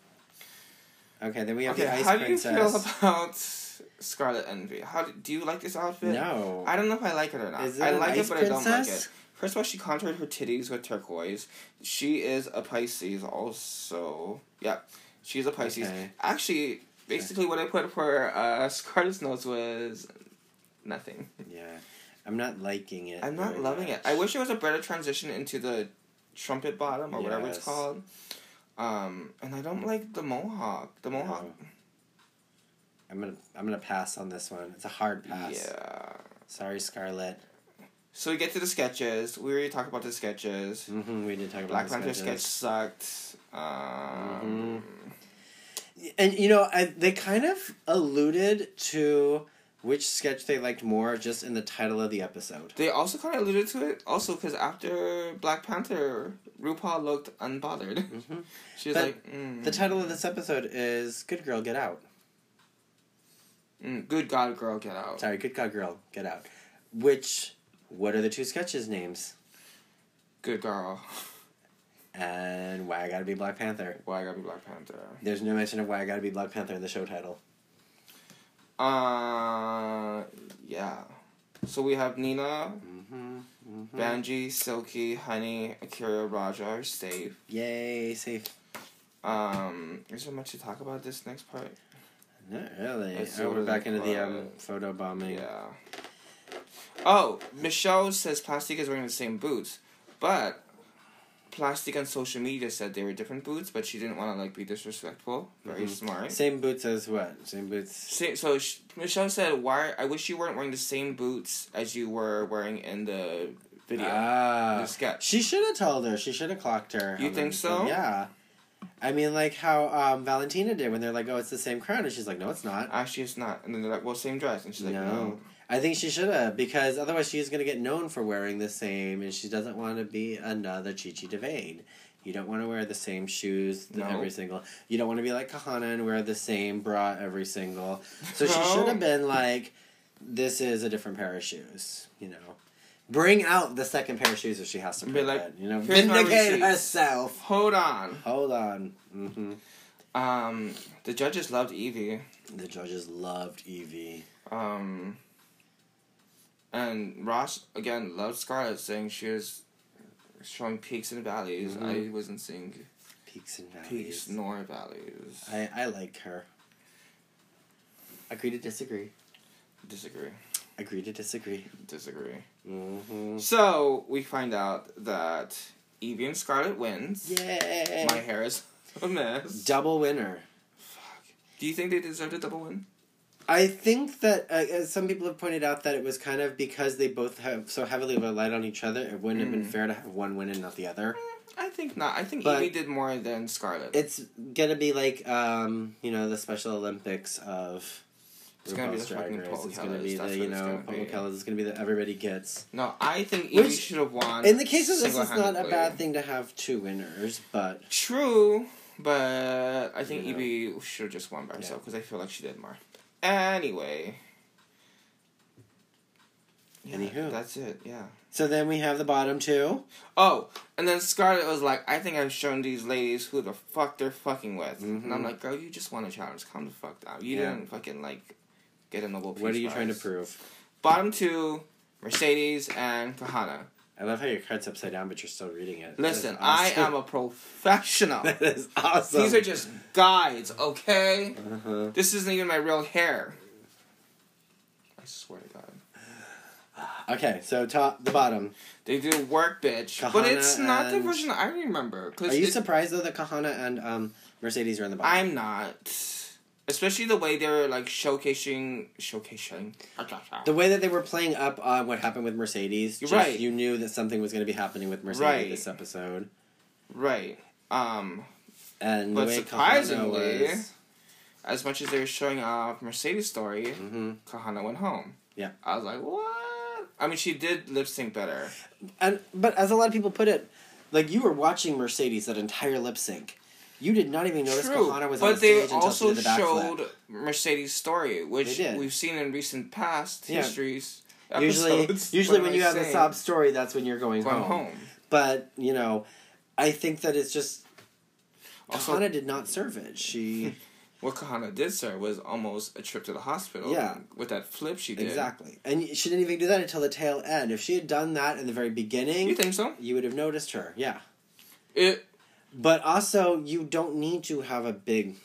[SPEAKER 1] Okay, then we have
[SPEAKER 2] Okay,
[SPEAKER 1] the ice
[SPEAKER 2] how
[SPEAKER 1] princess.
[SPEAKER 2] do you feel about Scarlet Envy? How do, do you like this outfit?
[SPEAKER 1] no,
[SPEAKER 2] I don't know if I like it or not.
[SPEAKER 1] Is it
[SPEAKER 2] I
[SPEAKER 1] an
[SPEAKER 2] like
[SPEAKER 1] ice
[SPEAKER 2] it, but I don't like
[SPEAKER 1] princess?
[SPEAKER 2] it. First of all, she contoured her titties with turquoise. She is a Pisces, also. Yeah, she's a Pisces.
[SPEAKER 1] Okay.
[SPEAKER 2] Actually, basically, what I put for uh, Scarlet's notes was nothing.
[SPEAKER 1] Yeah, I'm not liking it.
[SPEAKER 2] I'm not
[SPEAKER 1] very
[SPEAKER 2] loving it.
[SPEAKER 1] much.
[SPEAKER 2] I wish there was a better transition into the trumpet bottom or whatever it's
[SPEAKER 1] Yes.
[SPEAKER 2] called. Um, and I don't like the mohawk. The mohawk.
[SPEAKER 1] No. I'm gonna I'm gonna pass on this one. It's a hard pass.
[SPEAKER 2] Yeah.
[SPEAKER 1] Sorry, Scarlet.
[SPEAKER 2] So we get to the sketches. We already talked about the sketches.
[SPEAKER 1] hmm we didn't talk about
[SPEAKER 2] Mm-hmm. Black
[SPEAKER 1] the
[SPEAKER 2] Panther sketch
[SPEAKER 1] sketches. Mm-hmm.
[SPEAKER 2] sucked. Um,
[SPEAKER 1] And you know, I, they kind of alluded to which sketch they liked more just in the title of the episode.
[SPEAKER 2] They also kind of alluded to it, also because after Black Panther, RuPaul looked unbothered.
[SPEAKER 1] Mhm.
[SPEAKER 2] [laughs] She was
[SPEAKER 1] But
[SPEAKER 2] like, mm,
[SPEAKER 1] The title of this episode is "Good Girl, Get Out."
[SPEAKER 2] mm, "Good God, girl, get out."
[SPEAKER 1] Sorry, "Good God, Girl, Get Out." Which, what are the two sketches' names?
[SPEAKER 2] Good girl.
[SPEAKER 1] And why I gotta be Black Panther.
[SPEAKER 2] Why I gotta be Black Panther?
[SPEAKER 1] There's no mention of why I gotta be Black Panther in the show title.
[SPEAKER 2] Uh, yeah. So we have Nina,
[SPEAKER 1] Mm-hmm. mm-hmm.
[SPEAKER 2] Banji, Silky, Honey, Akira, Raja are safe.
[SPEAKER 1] mm-hmm. Yay, safe.
[SPEAKER 2] Um, is there much to talk about this next part?
[SPEAKER 1] Not really.
[SPEAKER 2] That's
[SPEAKER 1] Oh,
[SPEAKER 2] sort
[SPEAKER 1] we're
[SPEAKER 2] of
[SPEAKER 1] back into the
[SPEAKER 2] implied.
[SPEAKER 1] um, photo bombing.
[SPEAKER 2] Yeah. Oh, Michelle says Plastic is wearing the same boots, but Plastic on social media said they were different boots, but she didn't want to like be disrespectful. Very
[SPEAKER 1] Mhm.
[SPEAKER 2] smart.
[SPEAKER 1] Same boots as what? Same boots.
[SPEAKER 2] Sa- So sh Michelle said, "Why? I wish you weren't wearing the same boots as you were wearing in the video,
[SPEAKER 1] Ah.
[SPEAKER 2] the sketch."
[SPEAKER 1] She should have told her. She should have clocked her.
[SPEAKER 2] You
[SPEAKER 1] Um,
[SPEAKER 2] think so?
[SPEAKER 1] Yeah. I mean, like how um, Valentina did when they're like, "Oh, it's the same crown," and she's like, "No, it's not."
[SPEAKER 2] Actually, it's not. And then they're like, "Well, same dress," and she's like, "No."
[SPEAKER 1] No. I think she should have because otherwise she's gonna get known for wearing the same, and she doesn't want to be another Chichi Devane. You don't want to wear the same shoes th-
[SPEAKER 2] No.
[SPEAKER 1] every single. You don't want to be like Kahana and wear the same bra every single. So she should
[SPEAKER 2] No.
[SPEAKER 1] have been like, "This is a different pair of shoes," you know. Bring out the second pair of shoes if she has to.
[SPEAKER 2] Be
[SPEAKER 1] prove
[SPEAKER 2] like,
[SPEAKER 1] it, you know,
[SPEAKER 2] "Here's my
[SPEAKER 1] vindicate
[SPEAKER 2] receipts."
[SPEAKER 1] herself.
[SPEAKER 2] Hold on.
[SPEAKER 1] Hold on. Mm-hmm.
[SPEAKER 2] Um, the judges loved Evie.
[SPEAKER 1] The judges loved E Evie.
[SPEAKER 2] Um, and Ross again loved Scarlett, saying she was showing peaks and valleys.
[SPEAKER 1] Mhm.
[SPEAKER 2] I wasn't seeing
[SPEAKER 1] Peaks and valleys.
[SPEAKER 2] peaks nor valleys. I
[SPEAKER 1] I, I like her. Agree to disagree.
[SPEAKER 2] disagree.
[SPEAKER 1] Agree to disagree.
[SPEAKER 2] Disagree.
[SPEAKER 1] Mm-hmm.
[SPEAKER 2] So we find out that Evie and Scarlett wins.
[SPEAKER 1] Yay!
[SPEAKER 2] My hair is [laughs] a mess.
[SPEAKER 1] Double winner.
[SPEAKER 2] Do you think they deserved a double win?
[SPEAKER 1] I think that uh, as some people have pointed out that it was kind of because they both have so heavily relied on each other. It wouldn't have been
[SPEAKER 2] Mm.
[SPEAKER 1] fair to have one win and not the other.
[SPEAKER 2] I think not. I think
[SPEAKER 1] But-
[SPEAKER 2] Evie did more than Scarlett.
[SPEAKER 1] It's gonna be like um, you know the Special Olympics of.
[SPEAKER 2] It's gonna be
[SPEAKER 1] RuPaul's
[SPEAKER 2] the
[SPEAKER 1] Drag
[SPEAKER 2] fucking
[SPEAKER 1] Race.
[SPEAKER 2] Paul
[SPEAKER 1] It's gonna be
[SPEAKER 2] Kelly's. That's
[SPEAKER 1] the
[SPEAKER 2] what
[SPEAKER 1] you
[SPEAKER 2] it's
[SPEAKER 1] know
[SPEAKER 2] gonna
[SPEAKER 1] Paul
[SPEAKER 2] be.
[SPEAKER 1] Kelly. It's gonna be that everybody gets.
[SPEAKER 2] no, I think Evie
[SPEAKER 1] Which-
[SPEAKER 2] should have won.
[SPEAKER 1] In the case of this, it's not a
[SPEAKER 2] single-handedly.
[SPEAKER 1] bad thing to have two winners, but
[SPEAKER 2] True, but I think
[SPEAKER 1] You know.
[SPEAKER 2] Evie should have just won by
[SPEAKER 1] Yeah.
[SPEAKER 2] herself because I feel like she did more. Anyway. Yeah,
[SPEAKER 1] Anywho.
[SPEAKER 2] That's it, yeah.
[SPEAKER 1] so then we have the bottom two.
[SPEAKER 2] Oh, and then Scarlett was like, I think I've shown these ladies who the fuck they're fucking with. And I'm
[SPEAKER 1] Mhm.
[SPEAKER 2] like, girl, you just won a challenge. Calm the fuck down. You
[SPEAKER 1] Yeah.
[SPEAKER 2] didn't fucking, like, get a Nobel Peace
[SPEAKER 1] What are you trying to
[SPEAKER 2] Prize.
[SPEAKER 1] prove?
[SPEAKER 2] Bottom two, Mercedes and Kahana.
[SPEAKER 1] I love how your card's upside down, but you're still reading it.
[SPEAKER 2] Listen, I am a
[SPEAKER 1] [laughs]
[SPEAKER 2] professional.
[SPEAKER 1] That is awesome.
[SPEAKER 2] These are just guides,
[SPEAKER 1] [laughs]
[SPEAKER 2] okay?
[SPEAKER 1] Uh-huh.
[SPEAKER 2] This isn't even my real hair. I swear to God.
[SPEAKER 1] Okay, so top the bottom.
[SPEAKER 2] They do work, bitch. but
[SPEAKER 1] Kahana
[SPEAKER 2] it's not the
[SPEAKER 1] and-
[SPEAKER 2] version I remember. Cause
[SPEAKER 1] Are you
[SPEAKER 2] it-
[SPEAKER 1] surprised though that Kahana and um, Mercedes are in the bottom?
[SPEAKER 2] I'm not. Especially the way they were like showcasing, showcasing.
[SPEAKER 1] the way that they were playing up on what happened with Mercedes,
[SPEAKER 2] You're
[SPEAKER 1] just,
[SPEAKER 2] right.
[SPEAKER 1] You knew that something was going to be happening with Mercedes
[SPEAKER 2] Right.
[SPEAKER 1] this episode,
[SPEAKER 2] Right. Um.
[SPEAKER 1] and
[SPEAKER 2] But
[SPEAKER 1] the way
[SPEAKER 2] surprisingly-
[SPEAKER 1] Kahana was,
[SPEAKER 2] As much as they were showing off Mercedes' story,
[SPEAKER 1] hmm
[SPEAKER 2] Kahana went home.
[SPEAKER 1] Yeah.
[SPEAKER 2] I was like, what? I mean, she did lip sync better.
[SPEAKER 1] and but as a lot of people put it, like you were watching Mercedes that entire lip sync, you did not even notice
[SPEAKER 2] True,
[SPEAKER 1] Kahana was on
[SPEAKER 2] but
[SPEAKER 1] stage
[SPEAKER 2] they
[SPEAKER 1] until she
[SPEAKER 2] also
[SPEAKER 1] did the backflip.
[SPEAKER 2] showed Mercedes' story, which
[SPEAKER 1] They did.
[SPEAKER 2] we've seen in recent past
[SPEAKER 1] Yeah.
[SPEAKER 2] histories. [laughs]
[SPEAKER 1] Usually,
[SPEAKER 2] episodes.
[SPEAKER 1] usually
[SPEAKER 2] What
[SPEAKER 1] when
[SPEAKER 2] am
[SPEAKER 1] you
[SPEAKER 2] I
[SPEAKER 1] have a
[SPEAKER 2] saying?
[SPEAKER 1] sob story, that's when you're going
[SPEAKER 2] Go
[SPEAKER 1] home. But you know, I think that it's just
[SPEAKER 2] Also,
[SPEAKER 1] Kahana did not serve it.
[SPEAKER 2] [laughs]
[SPEAKER 1] She
[SPEAKER 2] what Kahana did, sir, was almost a trip to the hospital.
[SPEAKER 1] Yeah.
[SPEAKER 2] With that flip she did.
[SPEAKER 1] exactly, and she didn't even do that until the tail end. If she had done that in the very beginning,
[SPEAKER 2] You think so?
[SPEAKER 1] you would have noticed her. Yeah,
[SPEAKER 2] It.
[SPEAKER 1] but also you don't need to have a big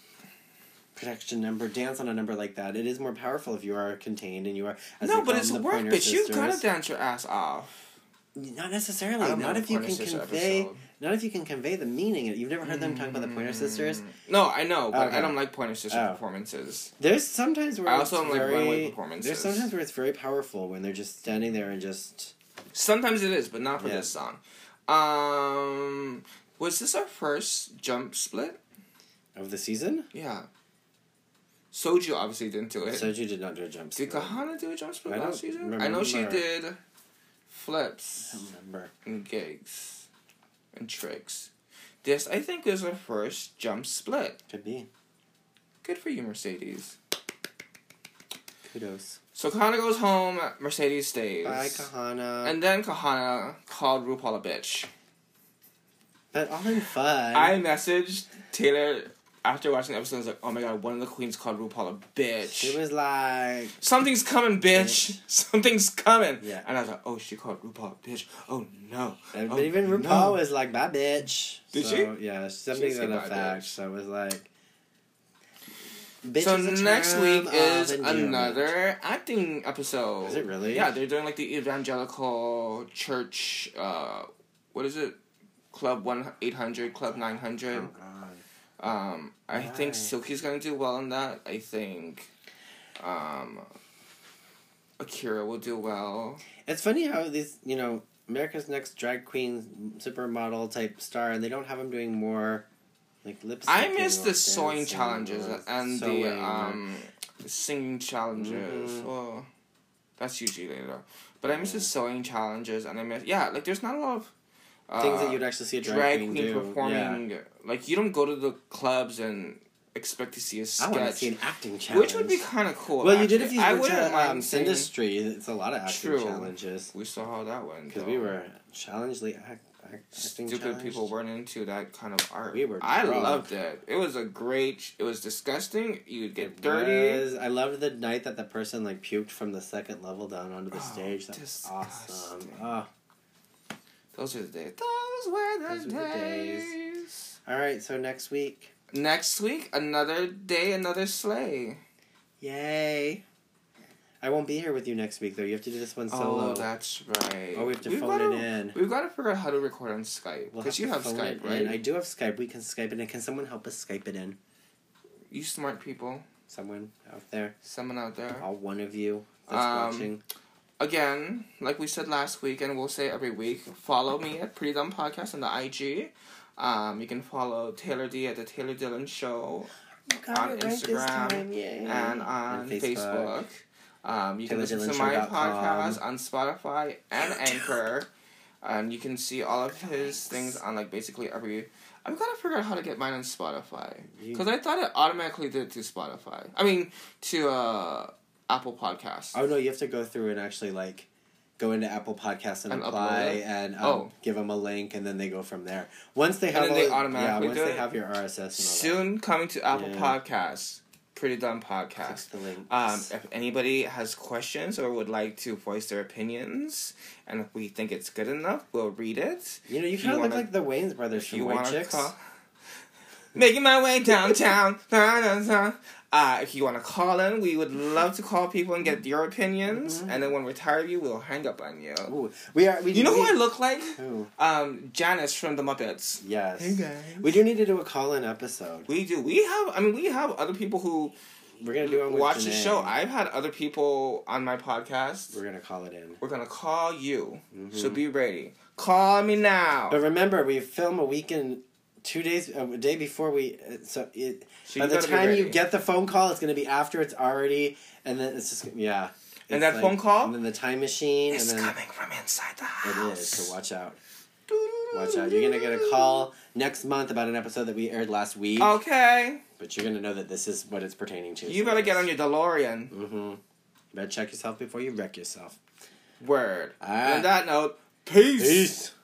[SPEAKER 1] production number dance on a number like that. It is more powerful if you are contained and you are. As
[SPEAKER 2] no,
[SPEAKER 1] they
[SPEAKER 2] but
[SPEAKER 1] call
[SPEAKER 2] it's
[SPEAKER 1] them, the
[SPEAKER 2] work,
[SPEAKER 1] Pointer
[SPEAKER 2] bitch. You
[SPEAKER 1] Sisters.
[SPEAKER 2] gotta dance your ass off.
[SPEAKER 1] Not
[SPEAKER 2] I
[SPEAKER 1] necessarily.
[SPEAKER 2] don't
[SPEAKER 1] Not
[SPEAKER 2] know
[SPEAKER 1] if
[SPEAKER 2] the
[SPEAKER 1] you
[SPEAKER 2] Pointer
[SPEAKER 1] can
[SPEAKER 2] Sister
[SPEAKER 1] convey.
[SPEAKER 2] episode. Mm.
[SPEAKER 1] Not if you can convey the meaning. You've never heard them talk about the Pointer Sisters.
[SPEAKER 2] No, I know, but I
[SPEAKER 1] Okay.
[SPEAKER 2] don't like Pointer Sister
[SPEAKER 1] Oh.
[SPEAKER 2] performances.
[SPEAKER 1] There's sometimes where
[SPEAKER 2] I also
[SPEAKER 1] it's
[SPEAKER 2] don't like
[SPEAKER 1] very,
[SPEAKER 2] runway performances.
[SPEAKER 1] There's sometimes where it's very powerful when they're just standing there and just
[SPEAKER 2] Sometimes it is, but not for
[SPEAKER 1] Yeah.
[SPEAKER 2] this song. Um, was this our first jump split?
[SPEAKER 1] of the season.
[SPEAKER 2] Yeah. Soju obviously didn't do it.
[SPEAKER 1] Soju did not do a jump.
[SPEAKER 2] did
[SPEAKER 1] scare.
[SPEAKER 2] Kahana do a jump split
[SPEAKER 1] I don't
[SPEAKER 2] last season? I know she
[SPEAKER 1] remember.
[SPEAKER 2] did
[SPEAKER 1] I
[SPEAKER 2] flips
[SPEAKER 1] don't remember.
[SPEAKER 2] and gigs and tricks. This I think is her first jump split.
[SPEAKER 1] Could be.
[SPEAKER 2] Good for you, Mercedes.
[SPEAKER 1] Kudos.
[SPEAKER 2] So Kahana goes home. Mercedes stays.
[SPEAKER 1] Bye, Kahana.
[SPEAKER 2] And then Kahana called RuPaul a bitch.
[SPEAKER 1] but all in fun.
[SPEAKER 2] I messaged Taylor after watching the episode. I was like, "Oh my god, one of the queens called RuPaul a bitch.
[SPEAKER 1] She was like,
[SPEAKER 2] Something's coming, bitch. [laughs] Something's coming."
[SPEAKER 1] Yeah.
[SPEAKER 2] And I was like, "Oh, she called RuPaul a bitch. Oh no."
[SPEAKER 1] and-
[SPEAKER 2] Oh,
[SPEAKER 1] but even
[SPEAKER 2] no.
[SPEAKER 1] RuPaul was like, "Bye, bitch."
[SPEAKER 2] Did
[SPEAKER 1] so, she? Yeah, something
[SPEAKER 2] She
[SPEAKER 1] to
[SPEAKER 2] said,
[SPEAKER 1] that
[SPEAKER 2] "Bye,
[SPEAKER 1] fact.
[SPEAKER 2] bitch."
[SPEAKER 1] So it was like. Bitch
[SPEAKER 2] so
[SPEAKER 1] is a
[SPEAKER 2] next
[SPEAKER 1] term
[SPEAKER 2] week
[SPEAKER 1] of
[SPEAKER 2] is
[SPEAKER 1] endearment.
[SPEAKER 2] another acting episode.
[SPEAKER 1] Is it really?
[SPEAKER 2] Yeah, they're doing like the evangelical church. Uh, what is it? Club one eight hundred, Club nine
[SPEAKER 1] Oh
[SPEAKER 2] hundred.
[SPEAKER 1] God.
[SPEAKER 2] Um, I think
[SPEAKER 1] Right.
[SPEAKER 2] Silky's gonna do well in that. I think um, Akira will do well.
[SPEAKER 1] It's funny how these, you know, America's Next Drag Queen supermodel type star, and they don't have them doing more like lip.
[SPEAKER 2] I
[SPEAKER 1] syncing
[SPEAKER 2] miss
[SPEAKER 1] or
[SPEAKER 2] the sewing
[SPEAKER 1] dancing
[SPEAKER 2] challenges
[SPEAKER 1] or
[SPEAKER 2] and
[SPEAKER 1] sewing
[SPEAKER 2] the
[SPEAKER 1] or-
[SPEAKER 2] um, singing challenges.
[SPEAKER 1] Mhm.
[SPEAKER 2] Well, that's usually later. But I miss the
[SPEAKER 1] Yeah.
[SPEAKER 2] sewing challenges and I miss yeah, like there's not a lot of uh,
[SPEAKER 1] things that you'd actually see a drag, queen, do.
[SPEAKER 2] performing. Like you don't go to the clubs and expect to see a
[SPEAKER 1] I want to
[SPEAKER 2] sketch,
[SPEAKER 1] see an acting challenge.
[SPEAKER 2] which would be kind of cool.
[SPEAKER 1] well, you did if
[SPEAKER 2] actually.
[SPEAKER 1] you
[SPEAKER 2] I
[SPEAKER 1] worked
[SPEAKER 2] wouldn't
[SPEAKER 1] at
[SPEAKER 2] mind
[SPEAKER 1] um,
[SPEAKER 2] seeing-
[SPEAKER 1] industry. It's a lot of acting
[SPEAKER 2] True.
[SPEAKER 1] challenges
[SPEAKER 2] We saw how that went
[SPEAKER 1] because
[SPEAKER 2] though.
[SPEAKER 1] we were challengedly act, act, acting
[SPEAKER 2] stupid
[SPEAKER 1] challenged.
[SPEAKER 2] people weren't into that kind of art.
[SPEAKER 1] We were
[SPEAKER 2] I
[SPEAKER 1] drunk.
[SPEAKER 2] loved it. It was a great. sh- It was disgusting. You'd get
[SPEAKER 1] It
[SPEAKER 2] dirty.
[SPEAKER 1] was- I loved the night that the person like puked from the second level down onto the
[SPEAKER 2] Oh,
[SPEAKER 1] stage. That was awesome.
[SPEAKER 2] disgusting.
[SPEAKER 1] Oh.
[SPEAKER 2] Those were the days. Those were the,
[SPEAKER 1] Those were the
[SPEAKER 2] days.
[SPEAKER 1] days. All right, so next week,
[SPEAKER 2] Next week, another day, another sleigh.
[SPEAKER 1] yay! I won't be here with you next week though. You have to do this one
[SPEAKER 2] Oh,
[SPEAKER 1] solo.
[SPEAKER 2] that's right.
[SPEAKER 1] Oh, we have to
[SPEAKER 2] We've
[SPEAKER 1] phone
[SPEAKER 2] gotta-
[SPEAKER 1] it in.
[SPEAKER 2] We've got to figure out how to record on Skype
[SPEAKER 1] We'll
[SPEAKER 2] because you
[SPEAKER 1] to
[SPEAKER 2] have
[SPEAKER 1] phone
[SPEAKER 2] Skype,
[SPEAKER 1] it in.
[SPEAKER 2] right?
[SPEAKER 1] I do have Skype. We can Skype it in. Can someone help us Skype it in?
[SPEAKER 2] You smart people,
[SPEAKER 1] Someone out there,
[SPEAKER 2] someone out there.
[SPEAKER 1] all one of you that's
[SPEAKER 2] Um,
[SPEAKER 1] watching.
[SPEAKER 2] Again, like we said last week, and we'll say every week, follow me at Pretty Dumb Podcast on the IG. Um, you can follow Taylor D at the Taylor Dillon Show on Instagram
[SPEAKER 1] yay!
[SPEAKER 2] and on
[SPEAKER 1] Mm. And
[SPEAKER 2] Facebook.
[SPEAKER 1] Facebook.
[SPEAKER 2] Um, you can
[SPEAKER 1] Taylor
[SPEAKER 2] listen to
[SPEAKER 1] Dylan
[SPEAKER 2] my
[SPEAKER 1] Show dot com.
[SPEAKER 2] podcast on Spotify and Anchor. And you can see all of his things on like basically every. I've got to figure out how to get mine on Spotify
[SPEAKER 1] You-
[SPEAKER 2] because I thought it automatically did it to Spotify. I mean to uh, Apple Podcasts.
[SPEAKER 1] Oh no, you have to go through and actually like go into Apple Podcasts and,
[SPEAKER 2] And upload
[SPEAKER 1] apply
[SPEAKER 2] it?
[SPEAKER 1] and um,
[SPEAKER 2] Oh.
[SPEAKER 1] give them a link, and then they go from there. Once they have
[SPEAKER 2] then
[SPEAKER 1] all,
[SPEAKER 2] they
[SPEAKER 1] yeah,
[SPEAKER 2] automatically
[SPEAKER 1] once
[SPEAKER 2] do
[SPEAKER 1] they
[SPEAKER 2] it?
[SPEAKER 1] have your RSS and all
[SPEAKER 2] Soon coming to Apple
[SPEAKER 1] Yeah.
[SPEAKER 2] Podcasts, Pretty Dumb
[SPEAKER 1] that,
[SPEAKER 2] Podcast.
[SPEAKER 1] click the link.
[SPEAKER 2] Um, if anybody has questions or would like to voice their opinions, and if we think it's good enough, we'll read it.
[SPEAKER 1] you know, you
[SPEAKER 2] if
[SPEAKER 1] kind
[SPEAKER 2] you
[SPEAKER 1] of look
[SPEAKER 2] wanna-
[SPEAKER 1] like the Wayne's brothers
[SPEAKER 2] If
[SPEAKER 1] from
[SPEAKER 2] you
[SPEAKER 1] White
[SPEAKER 2] want to
[SPEAKER 1] Chicks.
[SPEAKER 2] call, making my way
[SPEAKER 1] [laughs]
[SPEAKER 2] downtown. na, na, na. Uh, if you want to call in, we would love to call people and get your opinions.
[SPEAKER 1] Mhm.
[SPEAKER 2] And then when we're tired of you, we'll hang up on you.
[SPEAKER 1] Ooh, we are. We,
[SPEAKER 2] You know
[SPEAKER 1] we,
[SPEAKER 2] who I look like?
[SPEAKER 1] Who?
[SPEAKER 2] Um, Janice from the Muppets.
[SPEAKER 1] Yes.
[SPEAKER 2] Hey guys.
[SPEAKER 1] We do need to do a call-in episode.
[SPEAKER 2] We do. We have. I mean, we have other people who
[SPEAKER 1] We're gonna do one. With
[SPEAKER 2] watch the
[SPEAKER 1] Janae.
[SPEAKER 2] show. I've had other people on my podcast.
[SPEAKER 1] We're gonna call it in.
[SPEAKER 2] We're gonna call you,
[SPEAKER 1] Mhm.
[SPEAKER 2] so be ready. Call me now.
[SPEAKER 1] But remember, we film a weekend, two days, a day before we. uh, So it,
[SPEAKER 2] So
[SPEAKER 1] by
[SPEAKER 2] you
[SPEAKER 1] the
[SPEAKER 2] gotta be
[SPEAKER 1] time you
[SPEAKER 2] ready.
[SPEAKER 1] get the phone call, it's gonna be after it's already, and then it's just yeah.
[SPEAKER 2] And
[SPEAKER 1] It's
[SPEAKER 2] that phone call?
[SPEAKER 1] and then the time machine,
[SPEAKER 2] it's
[SPEAKER 1] and then
[SPEAKER 2] coming from inside the
[SPEAKER 1] it
[SPEAKER 2] house.
[SPEAKER 1] is. So watch out, watch out. You're gonna get a call next month about an episode that we aired last week,
[SPEAKER 2] Okay.
[SPEAKER 1] but you're gonna know that this is what it's pertaining to.
[SPEAKER 2] Oh. You better get on your DeLorean.
[SPEAKER 1] Mm-hmm. You better check yourself before you wreck yourself.
[SPEAKER 2] Word.
[SPEAKER 1] All right.
[SPEAKER 2] On that note, peace.
[SPEAKER 1] Ah. Peace.